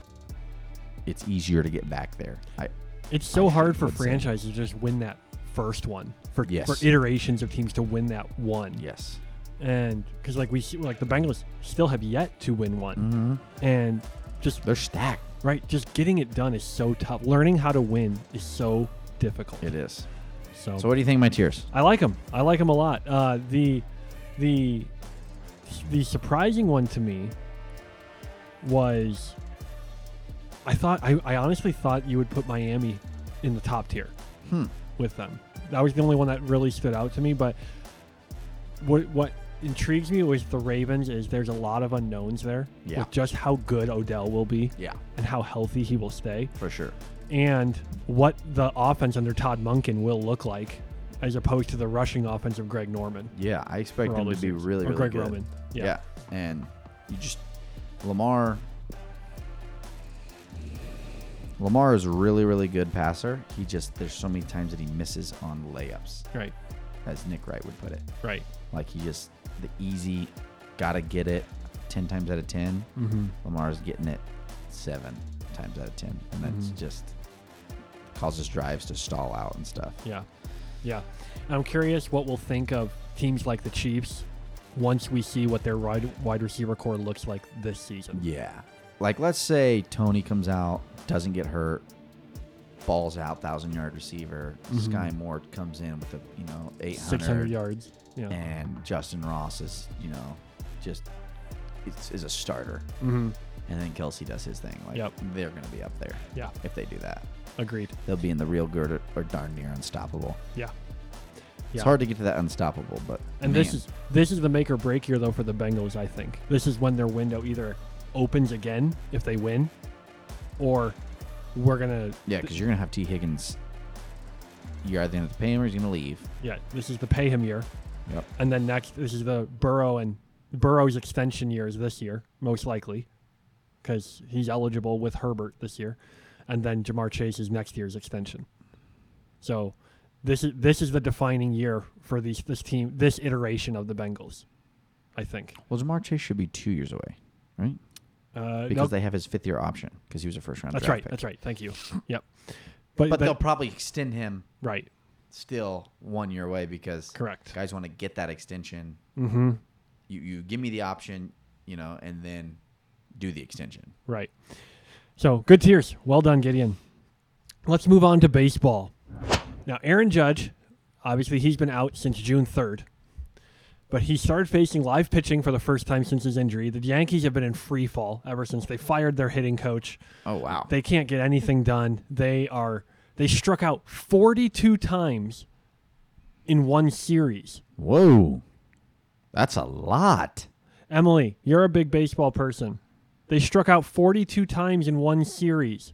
it's easier to get back there. I
It's so
I
hard for
would say.
franchises to just win that first one for
Yes.
for iterations of teams to win that one.
yes.
And because like we see- like the Bengals still have yet to win one, and just
They're stacked.
right, just getting it done is so tough. Learning how to win is so difficult.
It is.
So,
So what do you think of my tiers?
I like them. I like them a lot. Uh, the the the surprising one to me was I thought I, I honestly thought you would put Miami in the top tier
Hmm.
with them. That was the only one that really stood out to me. But what what intrigues me was the Ravens is there's a lot of unknowns there
Yeah.
with just how good Odell will be
Yeah,
and how healthy he will stay
for sure.
and what the offense under Todd Munkin will look like as opposed to the rushing offense of Greg Norman.
Yeah, I expect
for all
them to
those
be
years.
really,
Or
really
Greg
good.
Roman. Yeah.
Yeah. And you just Lamar Lamar is a really, really good passer. He just there's so many times that he misses on layups,
Right.
as Nick Wright would put it.
Right.
Like he just the easy gotta get it ten times out of 10 Mm-hmm. Lamar's getting it seven times out of ten. And that's just causes drives to stall out and stuff.
Yeah. Yeah. I'm curious what we'll think of teams like the Chiefs once we see what their wide, wide receiver core looks like this season.
Yeah. Like, let's say Tony comes out, doesn't get hurt, balls out, thousand yard receiver. Sky Moore comes in with a you know eight
600
Mm-hmm. hundred,
yards. Yeah.
and Justin Ross is you know just is, is a starter,
hmm
and then Kelsey does his thing. Like,
Yep.
they're gonna be up there.
Yeah.
If they do that,
Agreed.
they'll be in the real good or, or darn near unstoppable.
Yeah.
It's
Yeah.
hard to get to that unstoppable, but
And this
man,
is this is the make or break year though for the Bengals. I think this is when their window either opens again if they win, or we're gonna
yeah, because you're gonna have T Higgins. You're either gonna have to pay him or he's gonna leave.
yeah. This is the pay him year,
Yep.
and then next this is the Burrow and Burrow's extension years this year most likely, because he's eligible with Herbert this year, and then Jamar Chase is next year's extension. So this is this is the defining year for these this team this iteration of the Bengals, I think.
Well, Jamar Chase should be two years away, right?
Uh,
Because
nope.
they have his fifth year option because he was a first round.
That's
draft
right.
pick.
That's right. Thank you. Yep.
But
But, but-
they'll probably extend him
right.
still one year away because
Correct.
guys want to get that extension.
Mm-hmm.
You you give me the option, you know, and then do the extension.
Right. So good tears. Well done, Gideon. Let's move on to baseball. Now, Aaron Judge, obviously he's been out since June 3rd, but he started facing live pitching for the first time since his injury. The Yankees have been in free fall ever since they fired their hitting coach.
Oh wow!
They can't get anything done. They are they struck out 42 times in one series.
Whoa, that's a lot.
Emily, you're a big baseball person. They struck out 42 times in one series.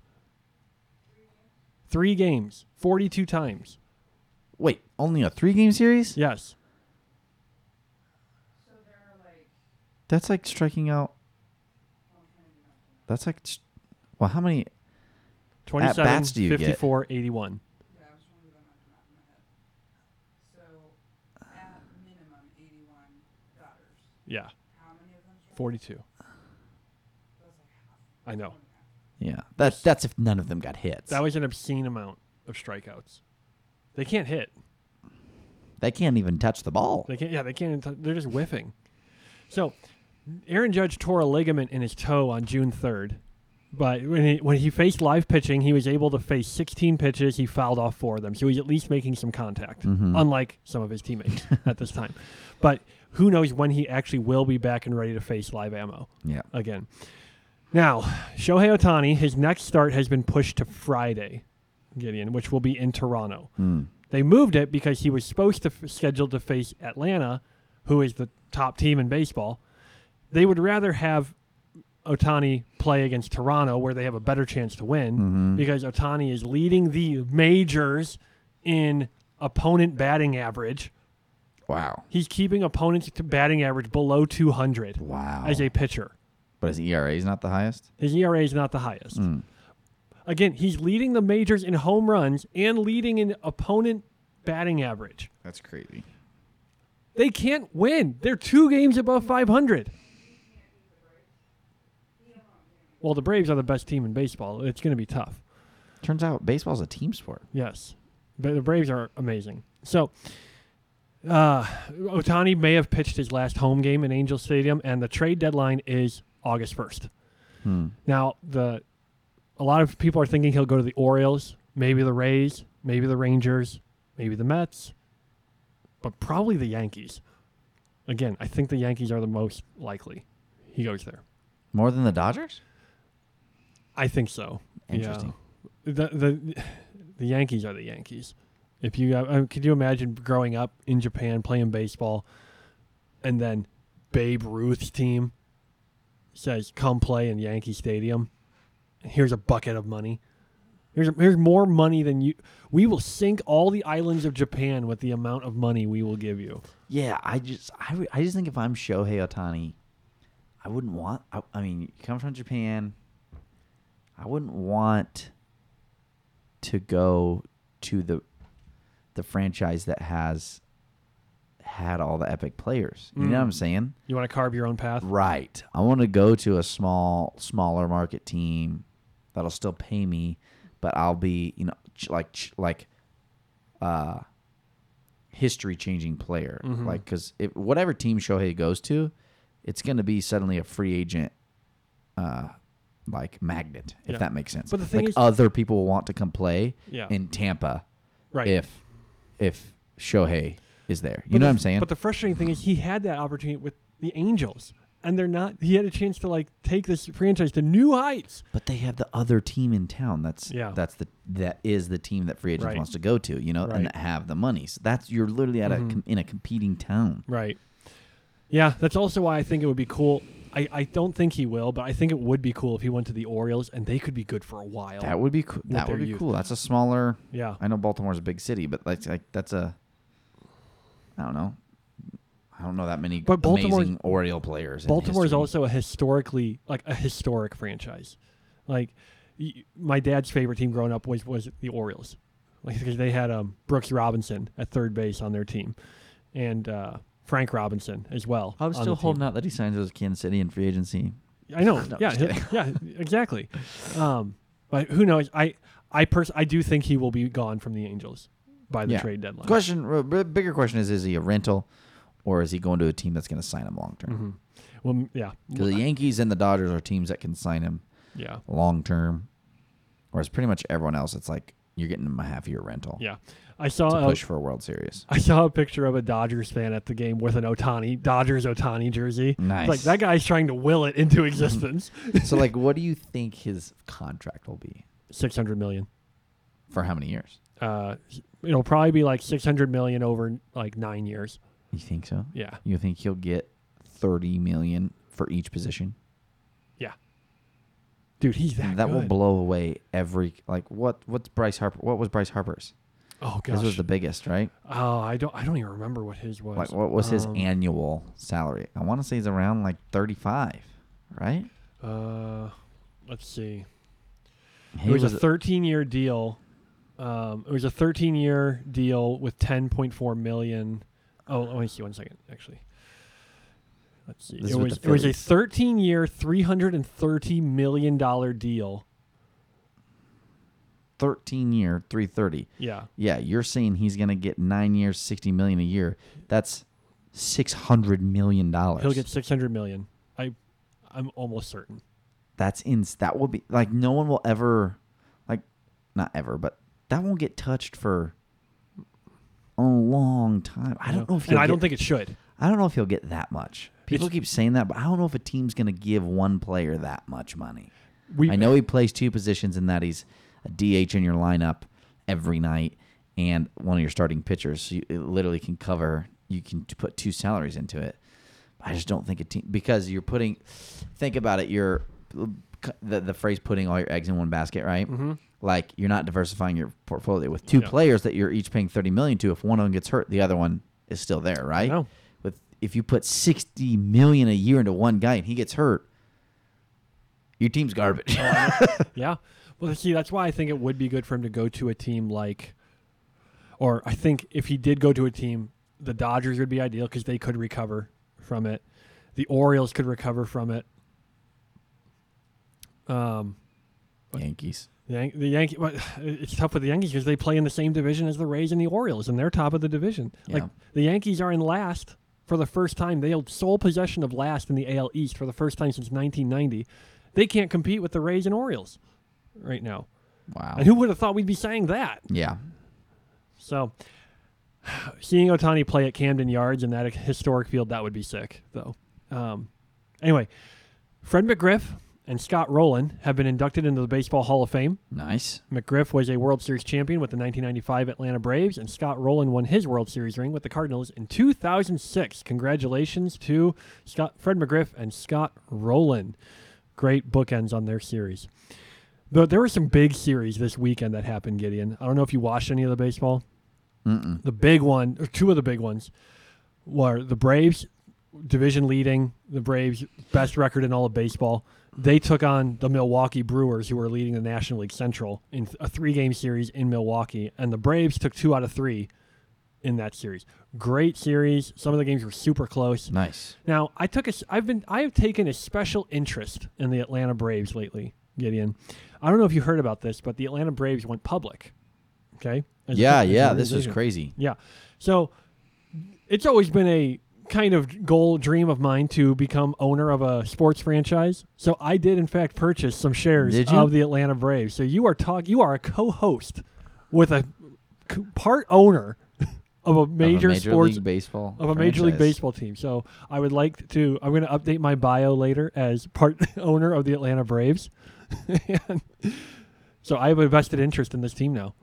Three games, 42 times.
Wait, only a three game series?
Yes.
That's like striking out. That's like, st- well, how many?
27,
At-bats do you get?
54, 81.
Yeah, I was trying to do that math in my- in my head. So, at minimum, eighty-one daughters.
Yeah,
How many of them? should-
42. I know.
Yeah, that's that's if none of them got hits.
That was an obscene amount of strikeouts. They can't hit.
they can't even touch the ball.
They can't. Yeah, they can't. even t- They're just whiffing. So, Aaron Judge tore a ligament in his toe on June third, but when he when he faced live pitching, he was able to face 16 pitches. He fouled off four of them, so he's at least making some contact, unlike some of his teammates at this time. But who knows when he actually will be back and ready to face live ammo
Yeah.
again? Now, Shohei Otani, his next start has been pushed to Friday, Gideon, which will be in Toronto. They moved it because he was supposed to f- scheduled to face Atlanta, who is the top team in baseball. They would rather have Otani play against Toronto, where they have a better chance to win, because Otani is leading the majors in opponent batting average.
Wow.
He's keeping opponents to batting average below 200
Wow. E
as a pitcher. E
but his ERA is not the highest.
His ERA is not the highest. Again, he's leading the majors in home runs and leading in opponent batting average.
That's crazy.
They can't win. They're two games above 500. Well, the Braves are the best team in baseball. It's going to be tough.
Turns out baseball's a team sport.
Yes. But the Braves are amazing. So, uh, Otani may have pitched his last home game in Angel Stadium, and the trade deadline is August 1st. Now, the a lot of people are thinking he'll go to the Orioles, maybe the Rays, maybe the Rangers, maybe the Mets, but probably the Yankees. Again, I think the Yankees are the most likely he goes there.
More than the Dodgers?
I think so. Yeah.
Interesting.
The the [sighs] the Yankees are the Yankees. If you have, um, could you imagine growing up in Japan playing baseball, and then Babe Ruth's team says, "Come play in Yankee Stadium. Here's a bucket of money. Here's here's more money than you. We will sink all the islands of Japan with the amount of money we will give you."
Yeah, I just I, re- I just think if I'm Shohei Otani, I wouldn't want. I, I mean, you come from Japan. I wouldn't want to go to the the franchise that has had all the epic players. You know what I'm saying?
You want to carve your own path?
Right. I want to go to a small, smaller market team that'll still pay me, but I'll be, you know, ch- like ch- like uh history changing player.
Mm-hmm.
Like 'cause Like cuz whatever team Shohei goes to, it's going to be suddenly a free agent uh like magnet, if
Yeah.
that makes sense.
But the thing
like
is-
other people will want to come play
Yeah.
in Tampa
Right.
if if Shohei is there. You
But
know
the-
what I'm saying?
But the frustrating thing is he had that opportunity with the Angels, and they're not. He had a chance to like take this franchise to new heights.
But they have the other team in town. That's
Yeah.
That's the that is the team that free agent
Right.
wants to go to. You know,
Right. Mm-hmm.
and that have the money. So that's you're literally at a com- in a competing town.
Right. Yeah, that's also why I think it would be cool. I, I don't think he will, but I think it would be cool if he went to the Orioles and they could be good for a while.
That would be cool. That
their
would be
youth.
cool. That's a smaller.
Yeah.
I know Baltimore's a big city, but like like that's a. I don't know. I don't know that many
But Baltimore's-
amazing Oriole players. in
Baltimore is
history.
also a historically like a historic franchise. Like y- my dad's favorite team growing up was was the Orioles, like because they had um, Brooks Robinson at third base on their team, and uh, Frank Robinson as well.
I'm
on
still
the team.
holding out that he signs with Kansas City in free agency.
I know.
[laughs] No,
yeah,
just
he-
kidding.
yeah, exactly. Um, but who knows? I, I pers- I do think he will be gone from the Angels by the
yeah.
trade deadline.
Question. r- b- Bigger question is: Is he a rental, or is he going to a team that's going to sign him long
Mm-hmm.
term?
Well, m- yeah,
Because the Yankees and the Dodgers are teams that can sign him
yeah,
long term, whereas pretty much everyone else, it's like you're getting him a half year rental
yeah. uh, I saw
to
a,
push for a World Series.
I saw a picture of a Dodgers fan at the game with an Otani Dodgers Otani jersey. It's
Nice. Mhm.
like that guy's trying to will it
[laughs]
into existence.
so, like, what do you think his contract will be
Six hundred million.
for how many years?
Uh, it'll probably be like six hundred million over like nine years.
You think so?
Yeah,
You think he'll get thirty million for each position?
yeah. Dude, he's that.
Mm, That will
good.
blow away every like what what's Bryce Harper? What was Bryce Harper's?
Oh gosh.
This was the biggest, right?
Oh, I don't. I don't even remember what his was.
Like, what was his
Um,
annual salary? I want to say he's around like thirty five, right?
Uh, let's see.
He
it was, a 13 year deal. Um, it was a 13 year deal with 10.4 million. Oh, let me see one second. Actually, let's see.
This is
it
with
was
the
it was a
Phillies.
13 year, 330 million dollar deal.
thirteen year three thirty.
Yeah,
yeah, you're saying he's gonna get nine years, sixty million a year. That's six hundred million dollars.
he'll get 600 million. I, I'm almost certain.
that's in that will be like no one will ever, like, not ever, but that won't get touched for a long time. I don't know if
and
he'll
I don't
get-
think it should.
I don't know if he'll get that much. People
It's-
keep saying that, but I don't know if a team's gonna give one player that much money.
We
I know he plays two positions in that he's a DH in your lineup every night and one of your starting pitchers. So you, it literally can cover, you can t- put two salaries into it. I just don't think a team, because you're putting, think about it, you're, the, the phrase putting all your eggs in one basket, right? Mm-hmm. Like you're not diversifying your portfolio with two
Yeah.
players that you're each paying 30 million to. If one of them gets hurt, the other one is still there, right?
know.
With, if you put 60 million a
[laughs]
year into one guy and he gets hurt, your team's garbage. [laughs]
Yeah. Well, see, that's why I think it would be good for him to go to a team like, or I think if he did go to a team, the Dodgers would be ideal because they could recover from it. The Orioles could recover from it. Um,
Yankees.
the, Yan- the Yankee, well, [sighs] it's tough with the Yankees because they play in the same division as the Rays and the Orioles, and they're top of the division. Like
Yeah.
the Yankees are in last for the first time. They held sole possession of last in the AL East for the first time since 1990. They can't compete with the Rays and Orioles right now.
Wow.
And who would have thought we'd be saying that?
Yeah.
So, seeing Otani play at Camden Yards in that historic field, that would be sick, though. Um, anyway, Fred McGriff and Scott Rowland have been inducted into the Baseball Hall of Fame.
Nice.
McGriff was a World Series champion with the 1995 Atlanta Braves, and Scott Rowland won his World Series ring with the Cardinals in 2006. Congratulations to Scott, Fred McGriff and Scott Rowland. Great bookends on their series. Though there were some big series this weekend that happened, Gideon. I don't know if you watched any of the baseball. The big one, or two of the big ones, were the Braves, division leading, the Braves, best record in all of baseball. They took on the Milwaukee Brewers, who were leading the National League Central in a three game series in Milwaukee. And the Braves took two out of three in that series. Great series. Some of the games were super close.
Nice.
Now, I took a, s- I've been, I have taken a special interest in the Atlanta Braves lately, Gideon. I don't know if you heard about this, but the Atlanta Braves went public. Okay. As a-
Yeah,
as an
yeah. This is
organization.
crazy.
Yeah. So it's always been a kind of goal dream of mine to become owner of a sports franchise. So I did in fact purchase some shares
Did you?
of the Atlanta Braves. So you are talk you are a co-host with a co- part owner [laughs] of a
Of a
major, sports
league baseball
of a major league
franchise.
baseball team. So I would like to I'm going to update my bio later as part [laughs] owner of the Atlanta Braves. [laughs] And so I have a vested interest in this team now.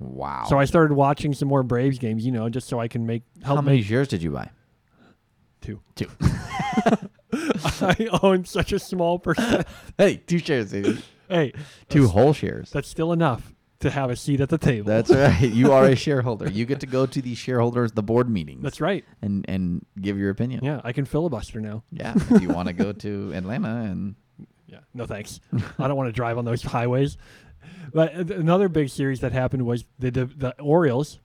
Wow.
So I started watching some more Braves games, you know, just so I can make help
How many
make
shares did you
[laughs]
buy?
two.
Two.
[laughs] I own such a
[laughs]
small percent.
hey, two shares. Dude.
hey,
[laughs] Two whole shares.
that's still enough to have a seat at the
[laughs]
table.
That's right. You are a shareholder. You get to go to the shareholders, the board meetings,
That's right.
and and give your opinion.
Yeah, I can filibuster now.
Yeah, if you want to go to Atlanta and
Yeah, no thanks. [laughs] I don't want to drive on those highways. But a- another big series that happened was the div- the Orioles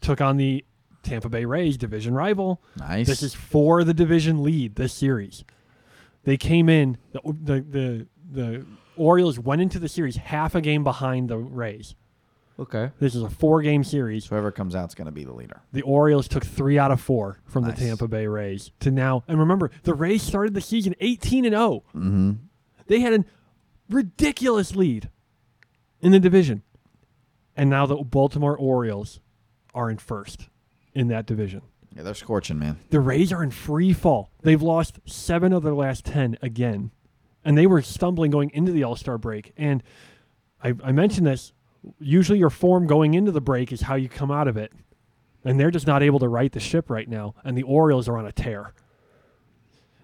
took on the Tampa Bay Rays division rival.
nice.
[laughs] This is for the division lead this series. They came in the the the, the Orioles went into the series half a game behind the Rays.
okay.
This is a four game series.
Whoever comes out's going to be the leader.
The Orioles took three out of four from
Nice.
the Tampa Bay Rays to now. And remember, the Rays started the season 18 and 0. Mm-hmm. They had a ridiculous lead in the division. And now the Baltimore Orioles are in first in that division.
Yeah, they're scorching, man.
The Rays are in free fall. They've lost seven of their last 10 again. And they were stumbling going into the All Star break. And I, I mentioned this. Usually, your form going into the break is how you come out of it. And they're just not able to right the ship right now. And the Orioles are on a tear.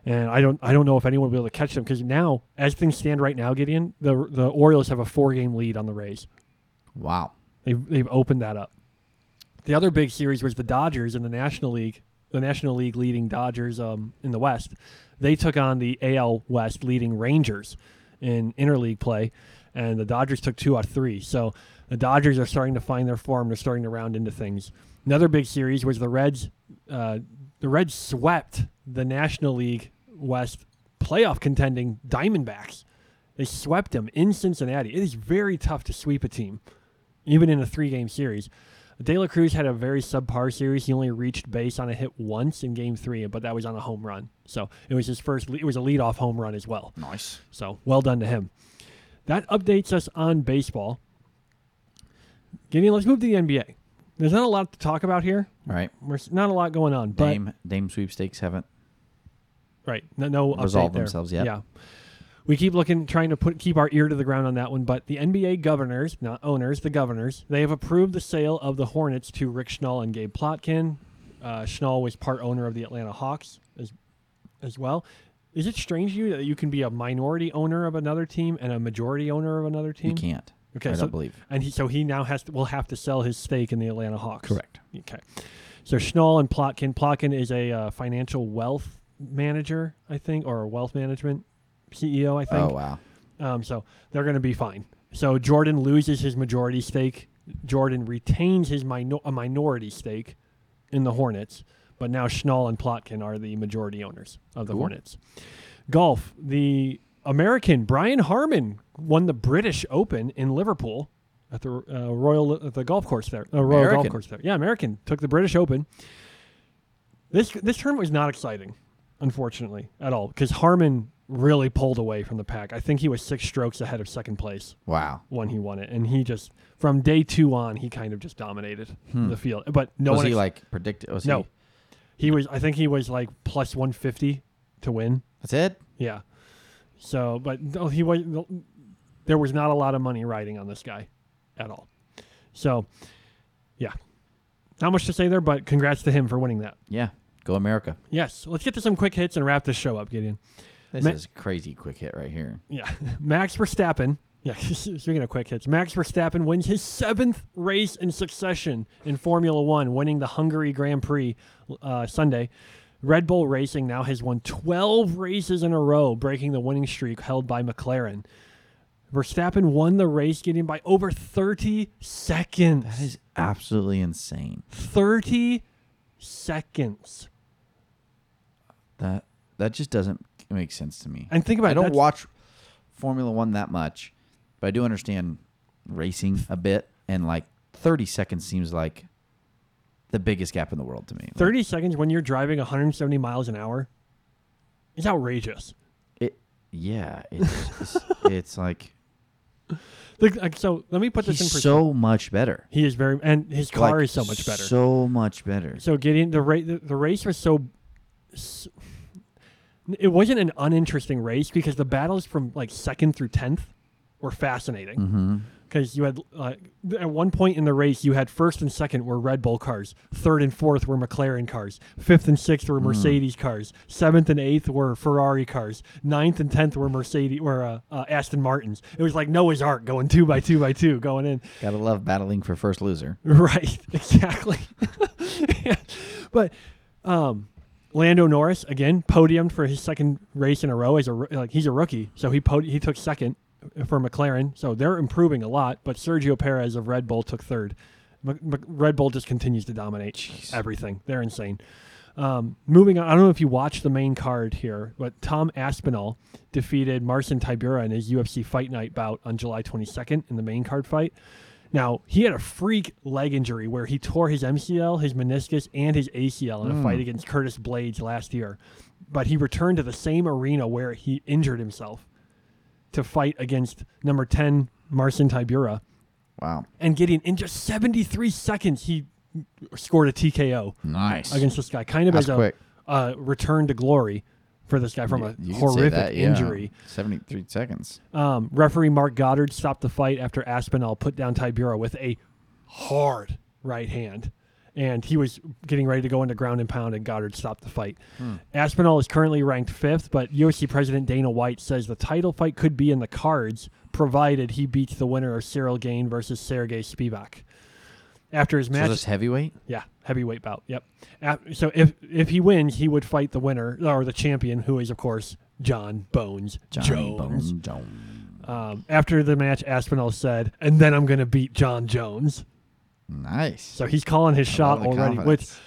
And I don't, I don't know if anyone will be able to catch them because now, as things stand right now, Gideon, the the Orioles have a four game lead on the Rays.
Wow.
They've, they've opened that up. The other big series was the Dodgers in the National League, the National League leading Dodgers um, in the West. They took on the AL West leading Rangers in interleague play, and the Dodgers took two out of three. So the Dodgers are starting to find their form. They're starting to round into things. Another big series was the Reds. Uh, the Reds swept the National League West playoff contending Diamondbacks. They swept them in Cincinnati. It is very tough to sweep a team even in a three game series. De La Cruz had a very subpar series. He only reached base on a hit once in game three, but that was on a home run. So it was his first, it was a leadoff home run as well.
Nice.
So well done to him. That updates us on baseball. Gideon, let's move to the NBA. There's not a lot to talk about here.
All right.
There's not a lot going on, but
Dame Dame sweepstakes haven't.
Right. No, no update
Resolve
there.
themselves yet.
Yeah. We keep looking, trying to put keep our ear to the ground on that one. But the NBA governors, not owners, the governors, they have approved the sale of the Hornets to Rick Schnall and Gabe Plotkin. Uh, Schnall was part owner of the Atlanta Hawks as as well. Is it strange to you that you can be a minority owner of another team and a majority owner of another team?
You can't.
Mm. Okay,
I
so-
don't believe.
And he, so he now has to, will have to sell his stake in the Atlanta Hawks.
Correct.
Okay. So Schnall and Plotkin. Plotkin is a uh, financial wealth manager, E I think, or a wealth management CEO, I think.
Oh wow.
Um, so they're going to be fine. So Jordan loses his majority stake. Jordan retains his minor- a minority stake in the Hornets, but now Schnall and Plotkin are the majority owners of the Hornets. Golf, the American Brian Harmon won the British Open in Liverpool at the uh, Royal at the golf course there. Uh, Royal golf
American.
course there. Yeah, American took the British Open. This this tournament was not exciting, unfortunately, at all because Harmon really pulled away from the pack. I think he was six strokes ahead of second place
Wow.
when he won it, and he just from day two on he kind of just dominated the field. But no
was
one
he
ex-
like predicted? Was
no,
he?
he was. I think he was like plus one fifty to win.
That's it.
Yeah. So, but no, he was. no, There was not a lot of money riding on this guy, at all. So, yeah, not much to say there. But congrats to him for winning that.
Yeah. Go America.
Yes, let's get to some quick hits and wrap this show up, Gideon.
This
Ma-
is crazy quick hit right here.
Yeah, [laughs] Max Verstappen. Yeah, [laughs] speaking of quick hits, Max Verstappen wins his seventh race in succession in Formula One, winning the Hungary Grand Prix uh, Sunday. Red Bull Racing now has won 12 races in a row, breaking the winning streak held by McLaren. Verstappen won the race, getting by over 30 seconds.
That is absolutely insane.
30 seconds.
That that just doesn't make sense to me.
And think about
I
it,
don't
that's-
watch Formula One that much, but I do understand racing a bit, and like thirty seconds seems like the biggest gap in the world to me. Like,
30 seconds when you're driving 170 miles an hour is outrageous.
It, yeah, it's just, it's
[laughs]
like
Look, like, so let me put this in
he's
perspective.
so much better.
He is very, and his car
Like,
is so much better. So,
So much better.
getting the race, the, the race was so. s- It wasn't an uninteresting race because the battles from like second through tenth were fascinating. Because you had uh, th- at one point in the race, you had first and second were Red Bull cars, third and fourth were McLaren cars, fifth and sixth were Mercedes cars, seventh and eighth were Ferrari cars, ninth and tenth were Mercedes were uh, uh, Aston Martins. It was like Noah's Ark going two by two by two going in.
Gotta love battling for first loser.
[laughs] Right, exactly. [laughs] but um, Lando Norris again podiumed for his second race in a row as a ro- like he's a rookie, so he pod- he took second for McLaren. So they're improving a lot, but Sergio Perez of Red Bull took third. Mc Mc- Red Bull just continues to dominate everything. They're insane. Um, moving on, I don't know if you watched the main card here, but Tom Aspinall defeated Marcin Tybura in his UFC Fight Night bout on July 22nd in the main card fight. Now, he had a freak leg injury where he tore his MCL, his meniscus, and his ACL in a
Hmm.
fight against Curtis Blades last year. But he returned to the same arena where he injured himself to fight against number 10, Marcin Tybura.
Wow,
And getting in just 73 seconds, he scored a TKO
nice.
against this guy, kind of
That's
as a
quick.
Uh, return to glory for this guy from a
You could say
uh, horrific
that, yeah.
injury.
Seventy-three seconds.
Um, referee Mark Goddard stopped the fight after Aspinall put down Tibera with a hard right hand. And he was getting ready to go into ground and pound, and Goddard stopped the fight. Aspinall is currently ranked fifth, but UFC President Dana White says the title fight could be in the cards, provided he beats the winner of Cyril Gain versus Sergey Spivak. After his
So
match,
this heavyweight.
yeah, heavyweight bout. Yep. Ap- So if if he wins, he would fight the winner or the champion, who is of course John Bones
Johnny
Jones.
Bone Jones.
Um, after the match, Aspinall said, "And then I'm going to beat John Jones."
Nice.
So he's calling his shot
the
already.
confidence.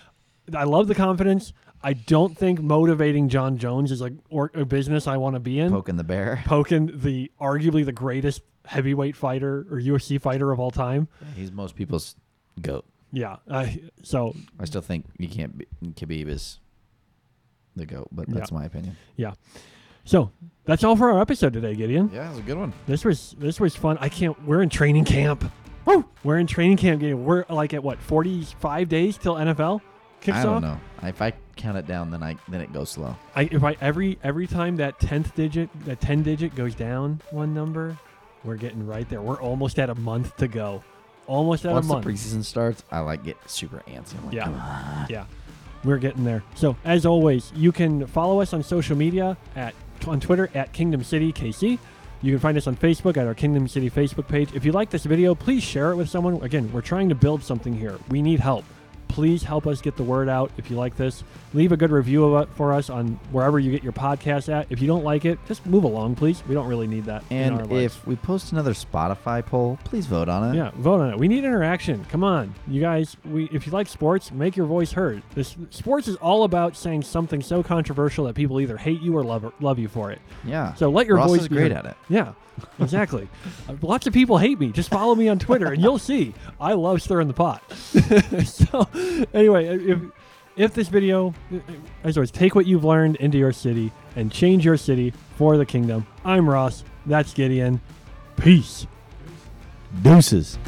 Which I love the confidence. I don't think motivating John Jones is like or a business I want to be in.
Poking the bear.
Poking the arguably the greatest heavyweight fighter or UFC fighter of all time.
He's most people's goat.
Yeah. Uh, so
I still think you can't. Be, Khabib is the goat, but that's
Yeah.
my opinion.
yeah. So that's all for our episode today, Gideon.
Yeah, it's a good one.
This was this was fun. I can't. We're in training camp. Woo! We're in training camp. Gideon. We're like at what forty five days till NFL kicks
I don't
off.
know. If I count it down, then I then it goes slow.
I if I every every time that tenth digit that ten digit goes down one number, we're getting right there. We're almost at a month to go. Almost at
Once
a
the
month.
preseason starts, I like get super antsy. I'm like,
Yeah.
come on.
[sighs] yeah. We're getting there. So as always, you can follow us on social media at on Twitter at Kingdom City KC. You can find us on Facebook at our Kingdom City Facebook page. If you like this video, please share it with someone. Again, we're trying to build something here. We need help. Please help us get the word out if you like this. Leave a good review of it for us on wherever you get your podcast at. If you don't like it, just move along, please. We don't really need that. in our
And
lives.
if we post another Spotify poll, please vote on it.
Yeah, vote on it. We need interaction. Come on, you guys. We if you like sports, make your voice heard. This sports is all about saying something so controversial that people either hate you or love love you for it.
Yeah.
So let your
Ross
voice
is
be
great
heard.
at it.
Yeah,
[laughs]
exactly. Uh, Lots of people hate me. Just follow me on Twitter, and you'll see. I love stirring
[laughs]
the pot. [laughs] so, anyway, if if this video, as always, take what you've learned into your city and change your city for the kingdom. I'm Ross. That's Gideon. Peace.
Deuces.